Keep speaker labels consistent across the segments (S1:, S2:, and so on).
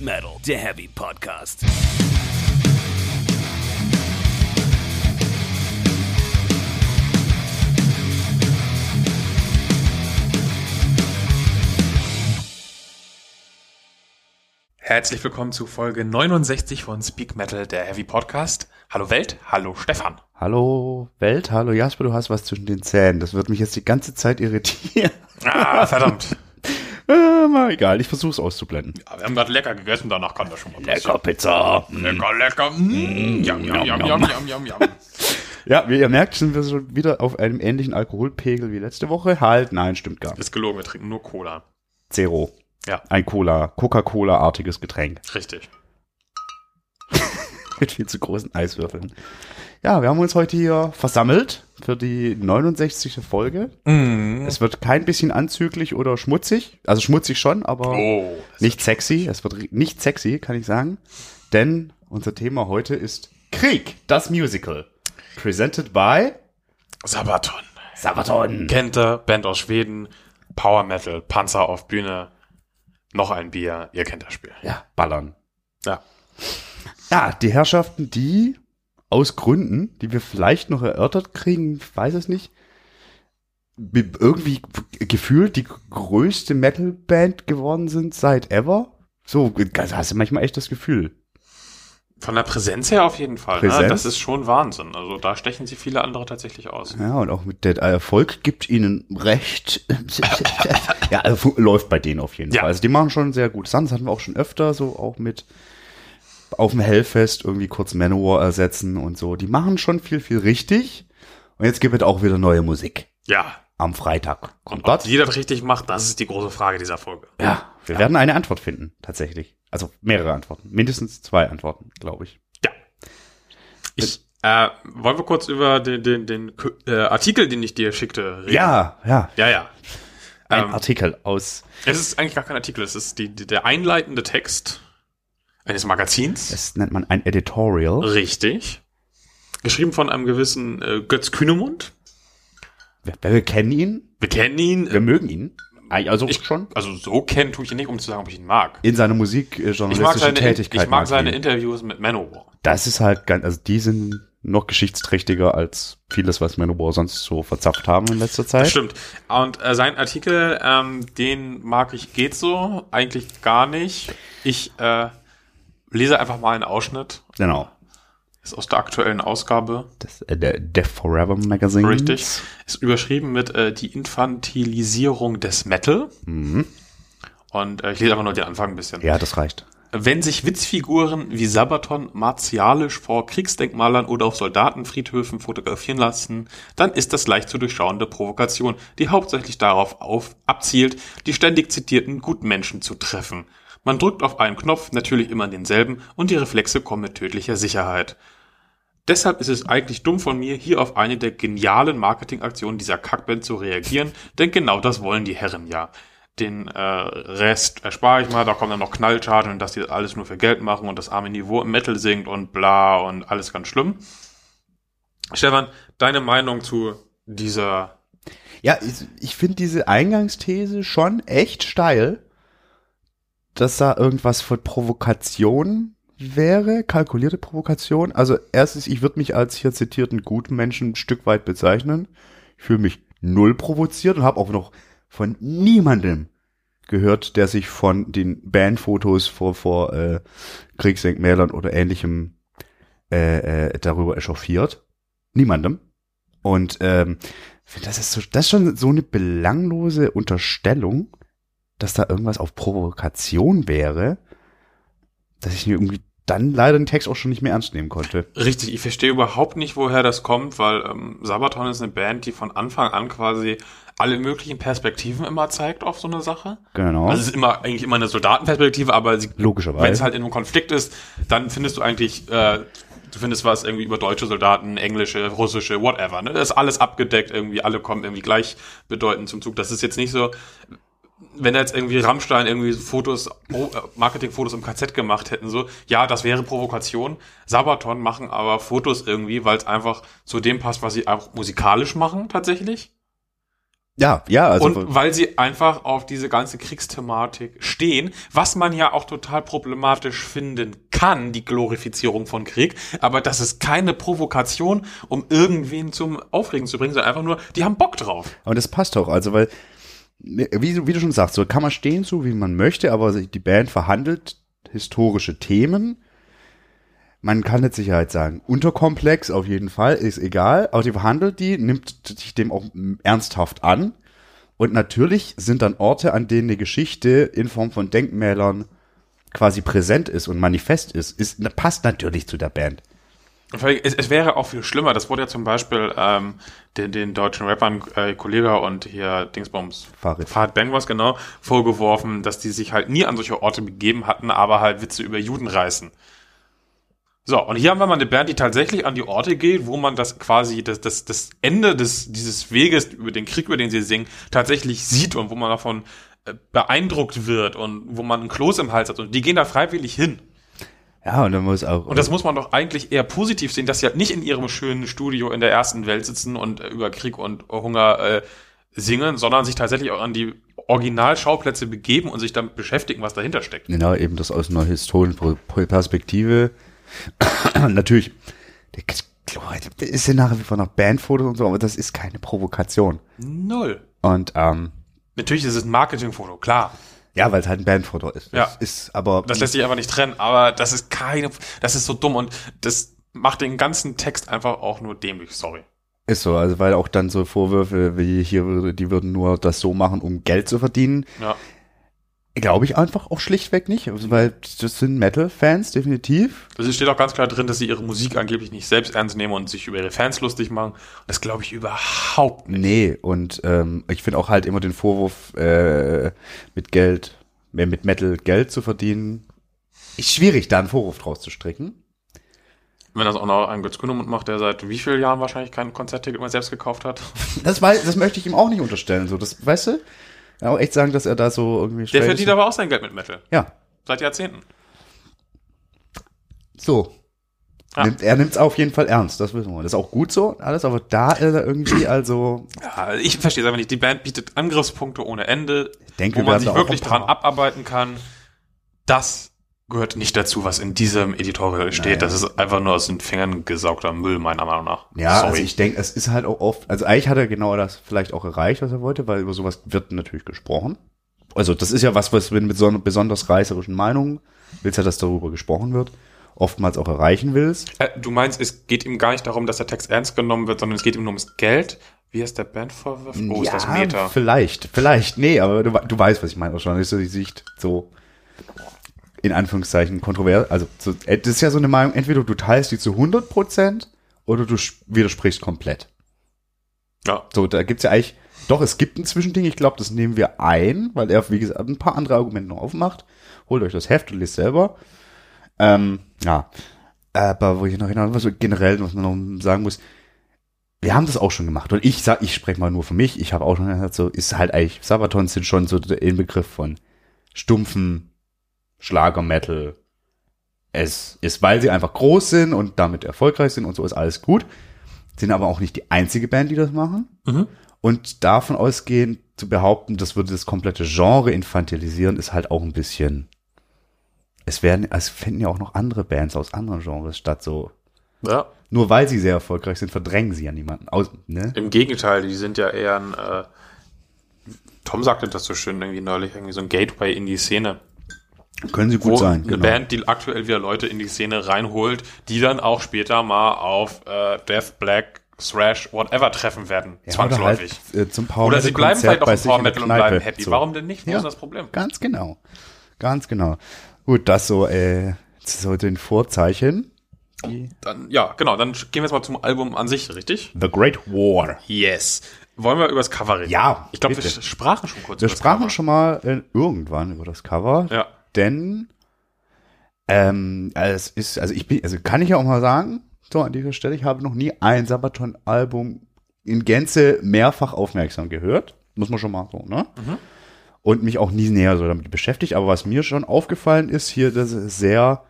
S1: Metal, der Heavy Podcast.
S2: Herzlich willkommen zu Folge 69 von Speak Metal, der Heavy Podcast. Hallo Welt, hallo Stefan.
S3: Hallo Welt, hallo Jasper, du hast was zwischen den Zähnen. Das wird mich jetzt die ganze Zeit irritieren.
S2: Ah, verdammt.
S3: Äh, mal egal, ich versuche es auszublenden.
S2: Ja, wir haben gerade lecker gegessen, danach kann das schon mal
S3: Lecker Pizza.
S2: Lecker, lecker. Mm, yum, Hm. yum, yum, yum, yum, yum, yum.
S3: Ja, wie ihr merkt, sind wir schon wieder auf einem ähnlichen Alkoholpegel wie letzte Woche. Halt, nein, stimmt gar nicht.
S2: Ist gelogen, wir trinken nur Cola.
S3: Zero.
S2: Ja.
S3: Ein Cola, Coca-Cola-artiges Getränk
S2: Richtig.
S3: mit viel zu großen Eiswürfeln. Ja, wir haben uns heute hier versammelt für die 69. Folge.
S1: Mhm.
S2: Hm.
S3: Es wird kein bisschen anzüglich oder schmutzig. Also schmutzig schon, aber
S2: Oh.
S3: Nicht sexy, es wird ri- nicht sexy, kann ich sagen. Denn unser Thema heute ist Krieg, das Musical. Presented by
S2: Sabaton.
S3: Sabaton.
S2: Kente, Band aus Schweden, Power Metal, Panzer auf Bühne, noch ein Bier, ihr kennt das Spiel.
S3: Ja, ballern.
S2: Ja.
S3: Ja, die Herrschaften, die aus Gründen, die wir vielleicht noch erörtert kriegen, ich weiß es nicht, bi- irgendwie g- gefühlt die größte Metalband geworden sind seit ever. So, also hast du manchmal echt das Gefühl.
S2: Von der Präsenz her auf jeden Fall. Ne?
S3: Präsenz?
S2: Das ist schon Wahnsinn. Also da stechen sie viele andere tatsächlich aus.
S3: Ja, und auch mit der Erfolg gibt ihnen recht. ja, also fu- läuft bei denen auf jeden
S2: Ja.
S3: Fall. Also die machen schon sehr gut. Das hatten wir auch schon öfter, so auch mit auf dem Hellfest irgendwie kurz Manowar ersetzen und so. Die machen schon viel, viel richtig. Und jetzt gibt es auch wieder neue Musik.
S2: Ja,
S3: Am Freitag. Kommt
S2: Ob
S3: dort.
S2: die das richtig macht, das ist die große Frage dieser Folge.
S3: Ja, wir werden eine Antwort finden, tatsächlich. Also mehrere Antworten. Mindestens zwei Antworten, glaube ich.
S2: Ja. Ich, äh, wollen wir kurz über den, den, den K- äh, Artikel, den ich dir schickte, reden?
S3: Ja, ja.
S2: Ja, ja.
S3: Ein
S2: Ähm.
S3: Artikel aus.
S2: Es ist eigentlich gar kein Artikel, es ist die, die, der einleitende Text eines Magazins.
S3: Das nennt man ein Editorial.
S2: Richtig. Geschrieben von einem gewissen äh, Götz Kühnemund.
S3: Wir, wir kennen ihn.
S2: Wir kennen ihn.
S3: Wir mögen ihn. Also
S2: Ich-
S3: schon.
S2: Also so kennen tue ich ihn nicht, um zu sagen, ob ich ihn mag.
S3: In seiner Musik äh,
S2: Ich mag
S3: journalistische
S2: seine,
S3: Tätigkeit.
S2: ich mag seine
S3: ihn.
S2: Interviews mit Manowar.
S3: das ist halt ganz, also die sind noch geschichtsträchtiger als vieles, was Manowar sonst so verzapft haben in letzter Zeit.
S2: Stimmt. Und äh, sein Artikel, ähm, den mag ich geht so, eigentlich gar nicht. Ich äh, lese einfach mal einen Ausschnitt.
S3: Genau.
S2: Ist aus der aktuellen Ausgabe.
S3: Das, äh, der Death Forever Magazine.
S2: Richtig. Ist überschrieben mit äh, Die Infantilisierung des Metal. Und äh, ich lese einfach nur den Anfang ein bisschen.
S3: Ja, das reicht.
S2: Wenn sich Witzfiguren wie Sabaton martialisch vor Kriegsdenkmalern oder auf Soldatenfriedhöfen fotografieren lassen, dann ist das leicht zu durchschauende Provokation, die hauptsächlich darauf auf, abzielt, die ständig zitierten Gutmenschen zu treffen. Man drückt auf einen Knopf, natürlich immer denselben, und die Reflexe kommen mit tödlicher Sicherheit. Deshalb ist es eigentlich dumm von mir, hier auf eine der genialen Marketingaktionen dieser Kackband zu reagieren, denn genau das wollen die Herren ja. Den äh, Rest erspare ich mal, da kommen dann noch Knallchargen und dass die das alles nur für Geld machen und das arme Niveau im Metal singt und bla und alles ganz schlimm. Stefan, deine Meinung zu dieser
S3: Ja, ich, ich finde diese Eingangsthese schon echt steil, dass da irgendwas von Provokation wäre, kalkulierte Provokation. Also erstens, ich würde mich als hier zitierten guten Menschen ein Stück weit bezeichnen. Ich fühle mich null provoziert und habe auch noch von niemandem gehört, der sich von den Bandfotos vor, vor äh, Kriegsdenkmälern oder ähnlichem äh, äh, darüber echauffiert. Niemandem. Und ähm, find, das ist so, das ist schon so eine belanglose Unterstellung, dass da irgendwas auf Provokation wäre, dass ich mir irgendwie dann leider den Text auch schon nicht mehr ernst nehmen konnte.
S2: Richtig, ich verstehe überhaupt nicht, woher das kommt, weil ähm, Sabaton ist eine Band, die von Anfang an quasi alle möglichen Perspektiven immer zeigt auf so eine Sache.
S3: Genau.
S2: Also es ist immer eigentlich immer eine Soldatenperspektive, aber sie,
S3: Logischerweise.
S2: wenn es halt in einem Konflikt ist, dann findest du eigentlich, äh, du findest was irgendwie über deutsche Soldaten, englische, russische, whatever. Ne? Das ist alles abgedeckt, irgendwie alle kommen irgendwie gleichbedeutend zum Zug. Das ist jetzt nicht so, wenn jetzt irgendwie Rammstein irgendwie Fotos, Pro- äh, Marketingfotos im KZ gemacht hätten, so, ja, das wäre Provokation. Sabaton machen aber Fotos irgendwie, weil es einfach zu dem passt, was sie auch musikalisch machen, tatsächlich.
S3: Ja, ja, also.
S2: und weil sie einfach auf diese ganze Kriegsthematik stehen, was man ja auch total problematisch finden kann, die Glorifizierung von Krieg, aber das ist keine Provokation, um irgendwen zum Aufregen zu bringen, sondern einfach nur, die haben Bock drauf.
S3: Aber das passt doch, also weil, ne, wie, du- wie du schon sagst, so kann man stehen, so wie man möchte, aber die Band verhandelt historische Themen. Man kann mit Sicherheit sagen, unterkomplex auf jeden Fall, ist egal, aber die verhandelt die, nimmt sich dem auch m, ernsthaft an. Und natürlich sind dann Orte, an denen eine Geschichte in Form von Denkmälern quasi präsent ist und manifest ist, ist passt natürlich zu der Band.
S2: Und vor allem, Es, es wäre auch viel schlimmer, das wurde ja zum Beispiel ähm, den, den deutschen Rappern äh, Kollega und hier Dingsbums
S3: Farid.
S2: Farid Bang was genau vorgeworfen, dass die sich halt nie an solche Orte begeben hatten, aber halt Witze über Juden reißen. So, und hier haben wir mal eine Band, die tatsächlich an die Orte geht, wo man das quasi, das, das, das Ende des, dieses Weges über den Krieg, über den sie singen, tatsächlich sieht und wo man davon äh, beeindruckt wird und wo man ein Kloß im Hals hat. Und die gehen da freiwillig hin.
S3: Ja, und dann muss auch.
S2: Und das muss man doch eigentlich eher positiv sehen, dass sie halt nicht in ihrem schönen Studio in der ersten Welt sitzen und äh, über Krieg und Hunger äh, singen, sondern sich tatsächlich auch an die Originalschauplätze begeben und sich damit beschäftigen, was dahinter steckt.
S3: Genau, eben das aus einer historischen Pro- Pro- Perspektive. Natürlich, der K- Leute, das ist ja nach wie vor noch Bandfotos und so, aber das ist keine Provokation.
S2: Null.
S3: Und ähm,
S2: Natürlich ist es ein Marketingfoto, klar.
S3: ja, weil es halt ein Bandfoto ist. Das
S2: Ja.
S3: ist aber
S2: Das lässt sich einfach nicht trennen, aber das ist keine, das ist so dumm und das macht den ganzen Text einfach auch nur dämlich, sorry.
S3: ist so, also weil auch dann so Vorwürfe wie hier, würde- die würden nur das so machen, um Geld zu verdienen,
S2: Ja.
S3: glaube ich einfach auch schlichtweg nicht, also weil das sind Metal-Fans definitiv.
S2: Also es steht auch ganz klar drin, dass sie ihre Musik angeblich nicht selbst ernst nehmen und sich über ihre Fans lustig machen. Und das glaube ich überhaupt
S3: Nee, und ähm, ich finde auch halt immer den Vorwurf, äh, mit Geld, mehr mit Metal Geld zu verdienen, ist schwierig, da einen Vorwurf draus zu stricken.
S2: Wenn das auch noch ein Götz Kundermund macht, der seit wie vielen Jahren wahrscheinlich kein Konzertticket mehr selbst gekauft hat.
S3: Das, weiß, das möchte ich ihm auch nicht unterstellen, so, das, weißt du? Ja, auch echt sagen, dass er da so irgendwie
S2: Der
S3: straight
S2: verdient
S3: ist.
S2: aber auch sein Geld mit Metal.
S3: Ja,
S2: Seit Jahrzehnten.
S3: so.
S2: Ja.
S3: Nimmt, er nimmt es auf jeden Fall ernst, das wissen wir. Das ist auch gut so, alles, aber da ist er irgendwie, also,
S2: Ja, ich verstehe es einfach nicht. Die Band bietet Angriffspunkte ohne Ende,
S3: ich denke,
S2: wo
S3: wir
S2: man
S3: haben da
S2: sich
S3: auch
S2: wirklich
S3: ein paar-
S2: dran abarbeiten kann. Das gehört nicht dazu, was in diesem Editorial steht. Das ist einfach nur aus den Fingern gesaugter Müll, meiner Meinung nach.
S3: Ja,
S2: Sorry.
S3: also ich denke, es ist halt auch oft, also eigentlich hat er genau das vielleicht auch erreicht, was er wollte, weil über sowas wird natürlich gesprochen. Also das ist ja was, was wenn mit so einer besonders reißerischen Meinung willst ja, dass darüber gesprochen wird, oftmals auch erreichen willst.
S2: äh, du meinst, es geht ihm gar nicht darum, dass der Text ernst genommen wird, sondern es geht ihm nur ums Geld. Wie ist der Band vorwirft? Oh, ist das Meta.
S3: Vielleicht, vielleicht, nee, aber du, we- du weißt, was ich meine, auch schon, ist so die Sicht so in Anführungszeichen kontrovers, also so, äh, das ist ja so eine Meinung, entweder du teilst die zu 100% oder du sch- widersprichst komplett.
S2: Ja.
S3: So, da gibt's ja eigentlich, doch, es gibt ein Zwischending, ich glaube, das nehmen wir ein, weil er, wie gesagt, ein paar andere Argumente noch aufmacht. Holt euch das Heft und lest selber. Ähm, ja. Aber wo ich noch hinaus, was so generell, was man noch sagen muss, wir haben das auch schon gemacht. Und ich sag, ich spreche mal nur für mich, ich habe auch schon gesagt, so ist halt eigentlich, Sabatons sind schon so der Inbegriff von stumpfen Schlager-Metal. Es ist, weil sie einfach groß sind und damit erfolgreich sind und so ist alles gut. Sind aber auch nicht die einzige Band, die das machen.
S2: Mhm.
S3: Und davon ausgehend zu behaupten, das würde das komplette Genre infantilisieren, ist halt auch ein bisschen. Es werden, es finden ja auch noch andere Bands aus anderen Genres statt, so.
S2: ja.
S3: Nur weil sie sehr erfolgreich sind, verdrängen sie ja niemanden aus, ne?
S2: Im Gegenteil, die sind ja eher ein, äh, Tom sagte das so schön irgendwie neulich, irgendwie so ein Gateway in die Szene.
S3: Können sie gut
S2: Wo
S3: sein, genau.
S2: eine Band, die aktuell wieder Leute in die Szene reinholt, die dann auch später mal auf äh, Death, Black, Thrash, whatever treffen werden.
S3: Ja, oder
S2: zwangsläufig.
S3: halt, äh, zum Power
S2: Oder sie bleiben vielleicht auch im Power Metal und bleiben happy.
S3: Warum
S2: Warum denn nicht? Wo
S3: Ja.
S2: ist das Problem?
S3: Ganz genau. Ganz genau. Gut, das so, äh, so den Vorzeichen.
S2: Dann, ja, genau, dann gehen wir jetzt mal zum Album an sich, richtig?
S3: The Great War.
S2: Yes. Wollen wir über das Cover reden?
S3: Ja,
S2: Ich glaube, wir
S3: bitte.
S2: sch- sprachen schon kurz
S3: Wir
S2: über das
S3: sprachen
S2: Cover.
S3: schon mal äh, irgendwann über das Cover.
S2: Ja.
S3: Denn ähm, also es ist, also ich bin, also kann ich ja auch mal sagen, so an dieser Stelle, ich habe noch nie ein Sabaton-Album in Gänze mehrfach aufmerksam gehört. Muss man schon mal so, ne? Und mich auch nie näher so damit beschäftigt. Aber was mir schon aufgefallen ist, hier, dass es sehr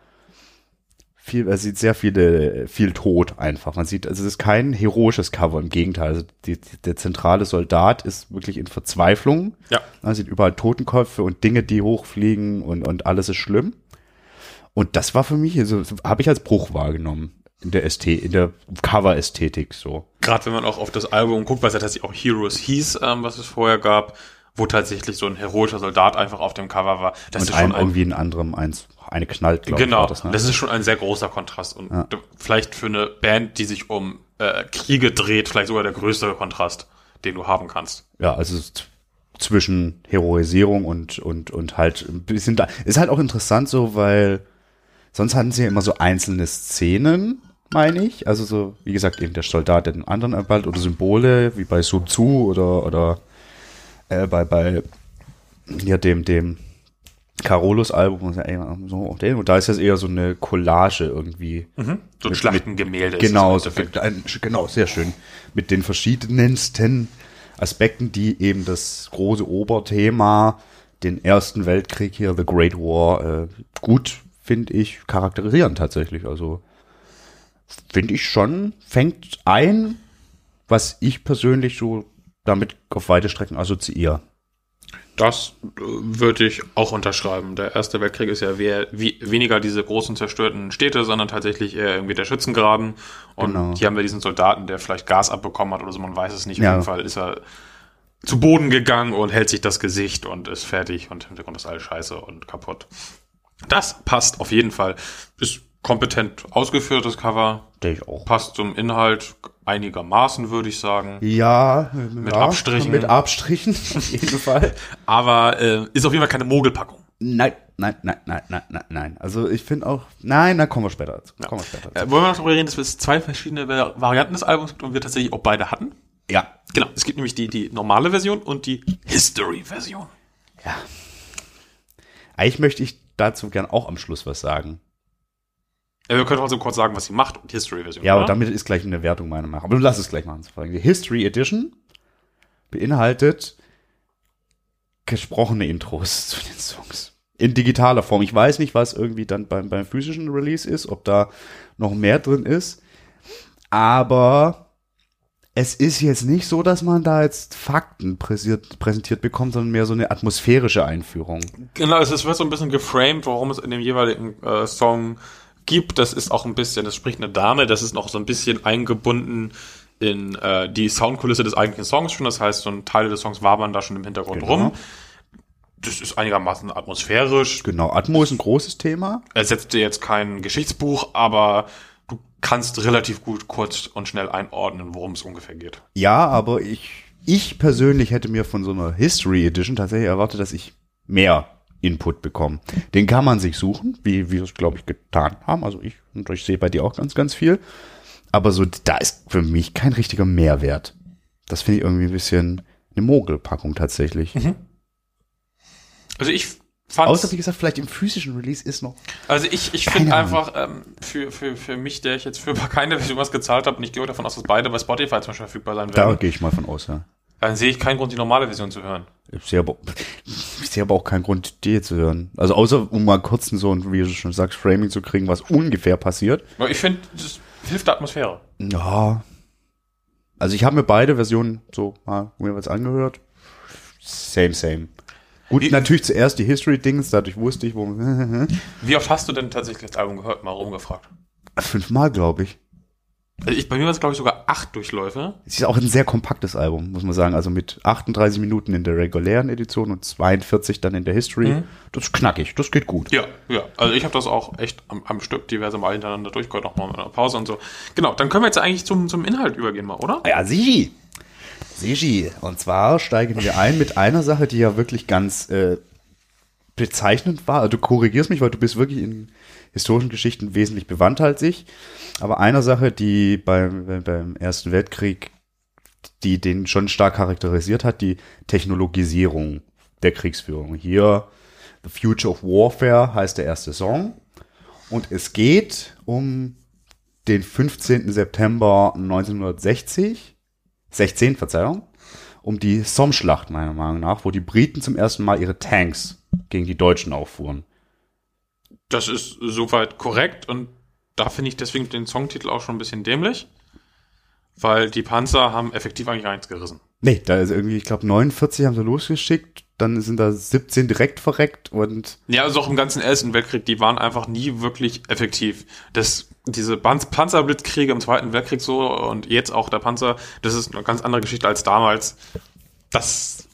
S3: viel, man sieht sehr viele, viel Tod einfach. Man sieht, also es ist kein heroisches Cover, im Gegenteil. Also die, die, der zentrale Soldat ist wirklich in Verzweiflung.
S2: Ja.
S3: Man sieht überall Totenköpfe und Dinge, die hochfliegen und, und alles ist schlimm. Und das war für mich, also habe ich als Bruch wahrgenommen in der ST, in der Cover-Ästhetik so.
S2: Gerade wenn man auch auf das Album guckt, was ja tatsächlich auch Heroes hieß, ähm, was es vorher gab, wo tatsächlich so ein heroischer Soldat einfach auf dem Cover war. Das
S3: und
S2: ist schon
S3: einem
S2: ein,
S3: irgendwie in anderem eins, eine knallt, glaube ich.
S2: genau,
S3: war
S2: das,
S3: ne?
S2: ist schon ein sehr großer Kontrast und
S3: Ja.
S2: d- vielleicht für eine Band, die sich um äh, Kriege dreht, vielleicht sogar der größte Kontrast, den du haben kannst.
S3: ja, also es ist zwischen Heroisierung und, und, und halt ein bisschen da. Ist halt auch interessant so, weil sonst hatten sie ja immer so einzelne Szenen, meine ich. Also so, wie gesagt, eben der Soldat, der den anderen erballt oder Symbole, wie bei Sun Tzu oder, oder äh, bei, bei ja, dem, dem Carolus-Album und so und den. Und da ist jetzt eher so eine Collage irgendwie.
S2: So ein Schlachtengemälde. ist es im
S3: Genau, so
S2: Endeffekt.
S3: ein, genau, sehr schön. Mit den verschiedensten Aspekten, die eben das große Oberthema, den Ersten Weltkrieg hier, The Great War, äh, gut, finde ich, charakterisieren tatsächlich. Also finde ich schon, fängt ein, was ich persönlich so damit auf weite Strecken assoziiere.
S2: Das äh, würde ich auch unterschreiben. Der Erste Weltkrieg ist ja we- wie, weniger diese großen zerstörten Städte, sondern tatsächlich eher irgendwie der Schützengraben. Und
S3: Genau.
S2: hier haben wir diesen Soldaten, der vielleicht Gas abbekommen hat oder so, man weiß es nicht. Auf
S3: Ja.
S2: jeden Fall ist er zu Boden gegangen und hält sich das Gesicht und ist fertig und im Hintergrund ist alles scheiße und kaputt. Das passt auf jeden Fall. Ist kompetent ausgeführt, das Cover.
S3: Der ich auch.
S2: Passt zum Inhalt einigermaßen, würde ich sagen.
S3: Ja, mit
S2: Abstrichen.
S3: Mit Abstrichen, auf jeden Fall.
S2: Aber äh, ist auf jeden Fall keine Mogelpackung.
S3: Nein, nein, nein, nein, nein, nein, nein. Also ich finde auch, nein, da kommen wir später dazu. Kommen wir später dazu.
S2: Äh, wollen wir noch darüber reden, dass es zwei verschiedene Ver- Varianten des Albums gibt und wir tatsächlich auch beide hatten?
S3: Ja.
S2: Genau, es gibt nämlich die, die normale Version und die History-Version.
S3: ja. Eigentlich möchte ich dazu gern auch am Schluss was sagen.
S2: Äh, wir können trotzdem kurz sagen, was sie macht und die History-Version.
S3: Ja, aber
S2: oder?
S3: damit ist gleich eine Wertung meiner Meinung nach. Aber lass es gleich machen. Die History Edition beinhaltet gesprochene Intros zu den Songs. In digitaler Form. Ich weiß nicht, was irgendwie dann beim, beim physischen Release ist, ob da noch mehr drin ist. Aber es ist jetzt nicht so, dass man da jetzt Fakten präsiert, präsentiert bekommt, sondern mehr so eine atmosphärische Einführung.
S2: Genau, es ist- wird so ein bisschen geframed, warum es in dem jeweiligen äh, Song gibt. Das ist auch ein bisschen, das spricht eine Dame, das ist noch so ein bisschen eingebunden in äh, die Soundkulisse des eigentlichen Songs schon. Das heißt, so ein Teil des Songs wabern da schon im Hintergrund
S3: Genau.
S2: rum. Das ist einigermaßen atmosphärisch.
S3: Genau, Atmo ist ein großes Thema.
S2: ersetzt dir jetzt kein Geschichtsbuch, aber du kannst relativ gut kurz und schnell einordnen, worum es ungefähr geht.
S3: Ja, aber ich, ich persönlich hätte mir von so einer History Edition tatsächlich erwartet, dass ich mehr Input bekomme. Den kann man sich suchen, wie wir es, glaube ich, getan haben. Also ich, und ich sehe bei dir auch ganz, ganz viel. Aber so, da ist für mich kein richtiger Mehrwert. Das finde ich irgendwie ein bisschen eine Mogelpackung tatsächlich.
S2: Also ich fand
S3: Außer, wie gesagt, vielleicht im physischen Release ist noch.
S2: Also ich, ich finde einfach, ähm, für, für, für mich, der ich jetzt für keine Version was gezahlt habe, und ich gehe davon aus, dass beide bei Spotify zum Beispiel verfügbar sein
S3: Da
S2: werden,
S3: gehe ich mal von aus, ja.
S2: dann sehe ich keinen Grund, die normale Version zu hören.
S3: Ich sehe aber, ich sehe aber auch keinen Grund, die zu hören. Also außer, um mal kurz so ein, wie du schon sagst, Framing zu kriegen, was ungefähr passiert.
S2: Weil ich finde, das hilft der Atmosphäre.
S3: Ja. Also ich habe mir beide Versionen so mal mir was angehört. Same, same. Gut,
S2: Wie-
S3: natürlich zuerst die History-Dings, dadurch wusste ich, wo.
S2: Wie oft hast du denn tatsächlich das Album gehört? Mal rumgefragt.
S3: Fünfmal, glaube ich.
S2: Also ich, bei mir waren es, glaube ich, sogar acht Durchläufe.
S3: Es ist auch ein sehr kompaktes Album, muss man sagen. Also mit 38 Minuten in der regulären Edition und 42 dann in der History. Das ist knackig, das geht gut.
S2: Ja, ja. Also ich habe das auch echt am, am Stück diverse Mal hintereinander durchgehört, nochmal mit einer Pause und so. Genau, dann können wir jetzt eigentlich zum, zum Inhalt übergehen mal, oder?
S3: Ja, Sigi. Sigi. Und zwar steigen wir ein mit einer Sache, die ja wirklich ganz äh, bezeichnend war. Also Du korrigierst mich, weil du bist wirklich in historischen Geschichten wesentlich bewandt als ich. Aber einer Sache, die beim, beim- beim Ersten Weltkrieg, die den schon stark charakterisiert hat, die Technologisierung der Kriegsführung. Hier The Future of Warfare heißt der erste Song. Und es geht um den 15. September 1960, 16, Verzeihung, um die Somme-Schlacht meiner Meinung nach, wo die Briten zum ersten Mal ihre Tanks gegen die Deutschen auffuhren.
S2: Das ist soweit korrekt und Da finde ich deswegen den Songtitel auch schon ein bisschen dämlich, weil die Panzer haben effektiv eigentlich gar nichts gerissen.
S3: Nee, da ist irgendwie, ich glaube, 49 haben sie losgeschickt, dann sind da 17 direkt verreckt und
S2: Ja, also auch im ganzen Ersten Weltkrieg, die waren einfach nie wirklich effektiv. Das, diese Ban- Panzerblitzkriege im Zweiten Weltkrieg so und jetzt auch der Panzer, das ist eine ganz andere Geschichte als damals. Das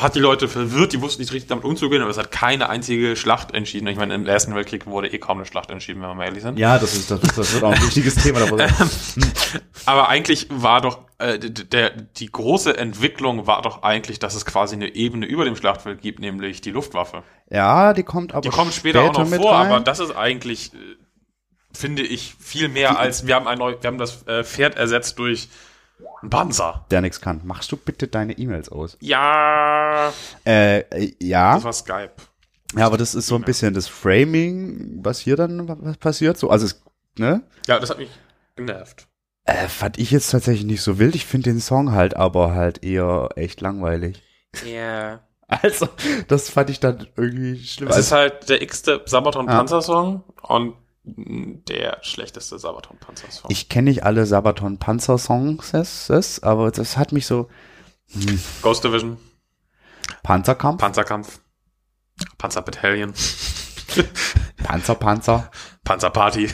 S2: hat die Leute verwirrt, die wussten nicht richtig damit umzugehen, aber es hat keine einzige Schlacht entschieden. Ich meine, im Ersten Weltkrieg wurde eh kaum eine Schlacht entschieden, wenn wir mal ehrlich sind.
S3: ja, das ist das, das wird auch ein wichtiges Thema dabei sein.
S2: Ähm. Aber eigentlich war doch äh, d- der, die große Entwicklung war doch eigentlich, dass es quasi eine Ebene über dem Schlachtfeld gibt, nämlich die Luftwaffe.
S3: Ja, die kommt aber
S2: Die kommt später, auch noch
S3: mit
S2: vor,
S3: rein.
S2: aber das ist eigentlich, äh, finde ich, viel mehr als wir haben ein neu, wir haben das äh, Pferd ersetzt durch einen Panzer.
S3: der nichts kann. Machst du bitte deine E-Mails aus?
S2: Ja,
S3: Äh, äh, ja.
S2: das war Skype.
S3: Ja, aber das ist so ein bisschen das Framing, was hier dann wa- passiert. So, also es, ne?
S2: Ja, das hat mich genervt.
S3: Äh, fand ich jetzt tatsächlich nicht so wild. Ich finde den Song halt aber halt eher echt langweilig.
S2: Ja.
S3: Also, das fand ich dann irgendwie schlimm.
S2: Es ist
S3: Also,
S2: halt der x-te
S3: Ah.
S2: Sabaton-Panzer-Song und mh, der schlechteste Sabaton-Panzer-Song.
S3: Also, ich kenne nicht alle Sabaton Panzer Songs, es- es, aber das hat mich so
S2: Ghost Division,
S3: Panzerkampf,
S2: Panzerkampf, Panzerbataillon,
S3: Panzer Panzer,
S2: Panzerparty.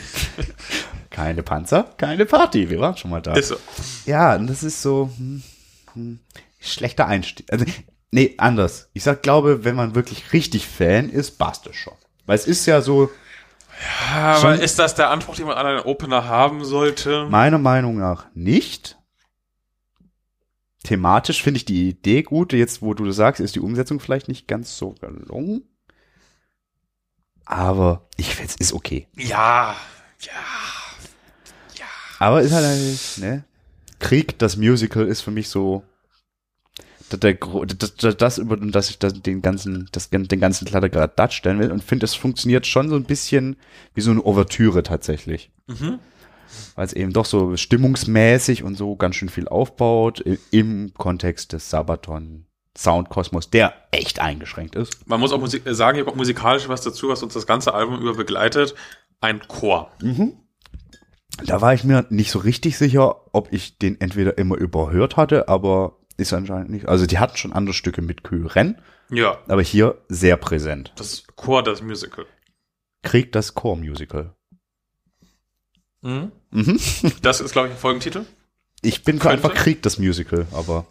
S3: keine Panzer, keine Party. Wir waren schon mal da.
S2: Ist so.
S3: Ja, und das ist so hm, hm, schlechter Einstieg. Also, nee, anders. Ich sag, glaube, wenn man wirklich richtig Fan ist, passt es schon. Weil es ist ja so,
S2: Aber
S3: Schon-
S2: ist das der Anspruch, den man an einen Opener haben sollte?
S3: meiner Meinung nach, nicht. Thematisch finde ich die Idee gut. Jetzt, wo du das sagst, ist die Umsetzung vielleicht nicht ganz so gelungen. Aber ich finde, es ist okay.
S2: Ja, ja.
S3: Aber ist halt, ein- ne? Krieg, das Musical ist für mich so da- der, Gro- das, das, das über das ich das, den ganzen das, gan- den ganzen Kladdergrad darstellen will und finde es funktioniert schon so ein bisschen wie so eine Ouvertüre tatsächlich
S2: Mhm.
S3: weil es eben doch so stimmungsmäßig und so ganz schön viel aufbaut i- im Kontext des Sabaton Soundkosmos der echt eingeschränkt ist
S2: Man muss auch Musik äh, sagen, hier kommt musikalisch was dazu, was uns das ganze Album über begleitet. Ein Chor.
S3: da war ich mir nicht so richtig sicher ob ich den entweder immer überhört hatte aber ist anscheinend nicht also die hatten schon andere Stücke mit Kyren
S2: Ja,
S3: aber hier sehr präsent.
S2: das Chor, das Musical.
S3: Krieg das Chor-Musical.
S2: Mhm.
S3: Mhm.
S2: Das ist, glaube ich, ein Folgentitel.
S3: Ich bin für
S2: Könnte.
S3: einfach Krieg das Musical, aber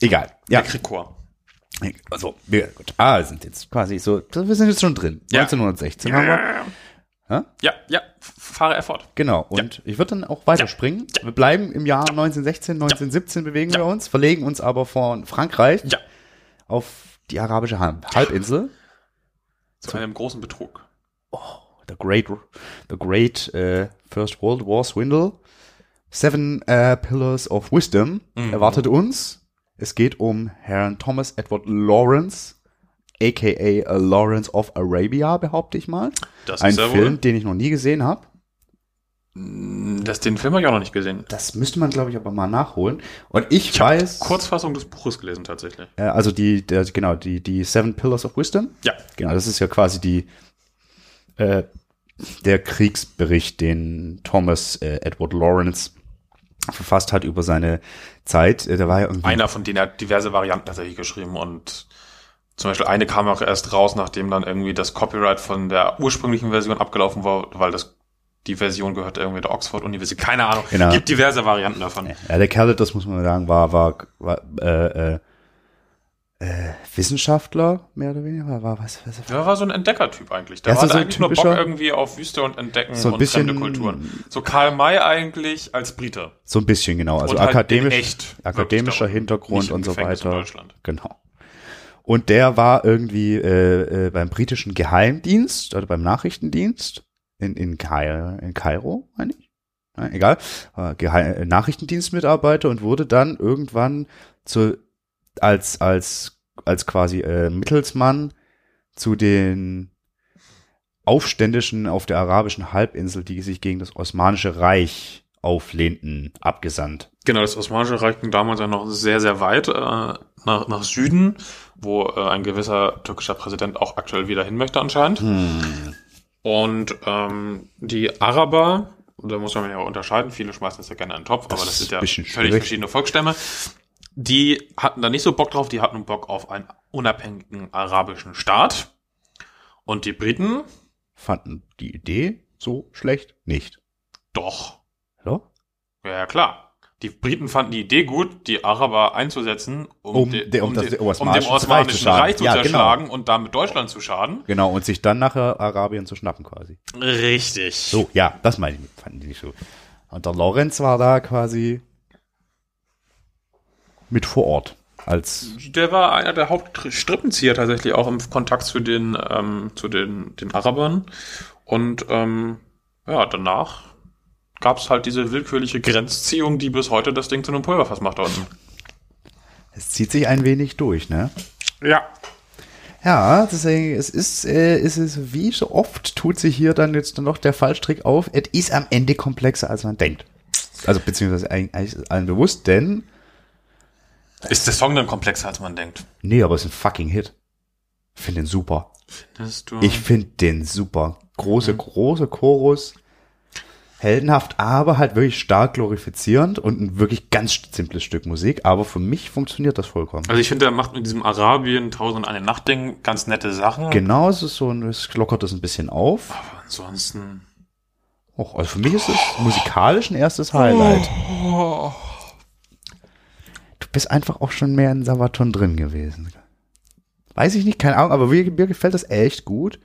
S3: egal. Ja,
S2: Der Kriegchor.
S3: also, wir, gut. Ah, wir sind jetzt quasi so, wir sind jetzt schon drin.
S2: Ja.
S3: 1916 haben wir.
S2: Ja, ja, f- fahre er fort.
S3: Genau, und ich würde dann auch weiterspringen. Wir bleiben im Jahr 1916, 1917 bewegen wir uns, verlegen uns aber von Frankreich
S2: Ja.
S3: auf die arabische Han- Halbinsel.
S2: Zu einem großen Betrug.
S3: The Great, the great äh, First World War Swindle. Seven äh, Pillars of Wisdom erwartet uns. Es geht um Herrn Thomas Edward Lawrence, a.k.a. äh, Lawrence of Arabia, behaupte ich mal.
S2: Das
S3: Ein
S2: ist ja
S3: Film, den ich noch nie gesehen habe.
S2: wohl. Das, den Film habe ich auch noch nicht gesehen.
S3: Das müsste man, glaube ich, aber mal nachholen. Und ich,
S2: Ich habe
S3: weiß,
S2: Kurzfassung des Buches gelesen, tatsächlich.
S3: äh, also die, der, genau, die, die Seven Pillars of Wisdom.
S2: Ja.
S3: Genau, das ist ja quasi die, äh, der Kriegsbericht, den Thomas äh, Edward Lawrence verfasst hat über seine Zeit. Äh, da war ja irgendwie.
S2: Einer von denen hat diverse Varianten tatsächlich geschrieben und zum Beispiel eine kam auch erst raus, nachdem dann irgendwie das Copyright von der ursprünglichen Version abgelaufen war, weil das die Version gehört irgendwie der Oxford-Universität. Keine Ahnung.
S3: Genau.
S2: Gibt diverse Varianten davon.
S3: Ja, der Kerl, das muss man sagen, war, war, war äh, äh, äh, Wissenschaftler, mehr oder weniger. War, war was, was,
S2: Der war so ein Entdeckertyp eigentlich. Der
S3: Ja, so-
S2: hatte
S3: so ein
S2: eigentlich nur Bock
S3: typischer-
S2: irgendwie auf Wüste und Entdecken
S3: So ein
S2: und
S3: bisschen-
S2: fremde Kulturen. So Karl May eigentlich als Brite.
S3: So ein bisschen, genau. Also
S2: Und halt
S3: akademisch,
S2: in echt, wirklich
S3: akademischer
S2: darum.
S3: Hintergrund
S2: Nicht im
S3: und so
S2: Gefängnis in
S3: weiter.
S2: Deutschland.
S3: Genau. Und der war irgendwie äh, äh, beim britischen Geheimdienst oder beim Nachrichtendienst in, in, Kairo, in Kairo, meine ich. Nein, egal. Äh, Geheim, äh, Nachrichtendienstmitarbeiter und wurde dann irgendwann zu, als, als, als quasi äh, Mittelsmann zu den Aufständischen auf der arabischen Halbinsel, die sich gegen das Osmanische Reich auflehnten, abgesandt.
S2: Genau, das Osmanische Reich ging damals ja noch sehr, sehr weit äh, nach, nach Süden, wo äh, ein gewisser türkischer Präsident auch aktuell wieder hin möchte anscheinend. Und ähm, die Araber, da muss man ja unterscheiden, viele schmeißen das ja gerne in den Topf,
S3: Das
S2: aber das
S3: ist
S2: sind ja
S3: ein bisschen
S2: völlig
S3: schwierig.
S2: verschiedene Volksstämme. Die hatten da nicht so Bock drauf, die hatten Bock auf einen unabhängigen arabischen Staat. Und die Briten,
S3: Fanden die Idee so schlecht nicht.
S2: doch,
S3: Hallo?
S2: Ja, ja, klar. Die Briten fanden die Idee gut, die Araber einzusetzen, um,
S3: Um
S2: de-
S3: der- um das
S2: de-
S3: Osmanische
S2: dem Osmanischen
S3: Reich zu
S2: Reich zu
S3: schaden. Ja,
S2: zerschlagen und damit Deutschland zu schaden.
S3: Genau, und sich dann nachher Arabien zu schnappen quasi.
S2: Richtig.
S3: So, ja, das meine ich, mit, fanden die nicht so. Und der Lorenz war da quasi mit vor Ort als
S2: Der war einer der Hauptstrippenzieher tatsächlich auch im Kontakt zu den, ähm, zu den, den Arabern. Und ähm, ja, danach gab's halt diese willkürliche Grenzziehung, die bis heute das Ding zu einem Pulverfass macht da unten.
S3: es zieht sich ein wenig durch, ne?
S2: Ja.
S3: Ja, deswegen es ist äh, es ist wie so oft tut sich hier dann jetzt noch der Fallstrick auf. Es ist am Ende komplexer als man denkt. Also beziehungsweise eigentlich eigentlich ist allen bewusst, denn
S2: Ist der Song dann komplexer, als man denkt?
S3: nee, aber es ist ein fucking Hit. Ich finde den super.
S2: Findest du?
S3: Ich finde den super. Große, große Chorus. Heldenhaft, aber halt wirklich stark glorifizierend und ein wirklich ganz simples Stück Musik. Aber für mich funktioniert das vollkommen.
S2: Also ich finde, er macht mit diesem Arabien Tausend und eine Nacht Ding ganz nette Sachen.
S3: Genau, es ist so ein, es lockert das ein bisschen auf.
S2: Aber ansonsten.
S3: Och, also für mich ist es musikalisch ein erstes Highlight. Du bist einfach auch schon mehr in Sabaton drin gewesen. Weiß ich nicht, keine Ahnung, aber mir, mir gefällt das echt gut.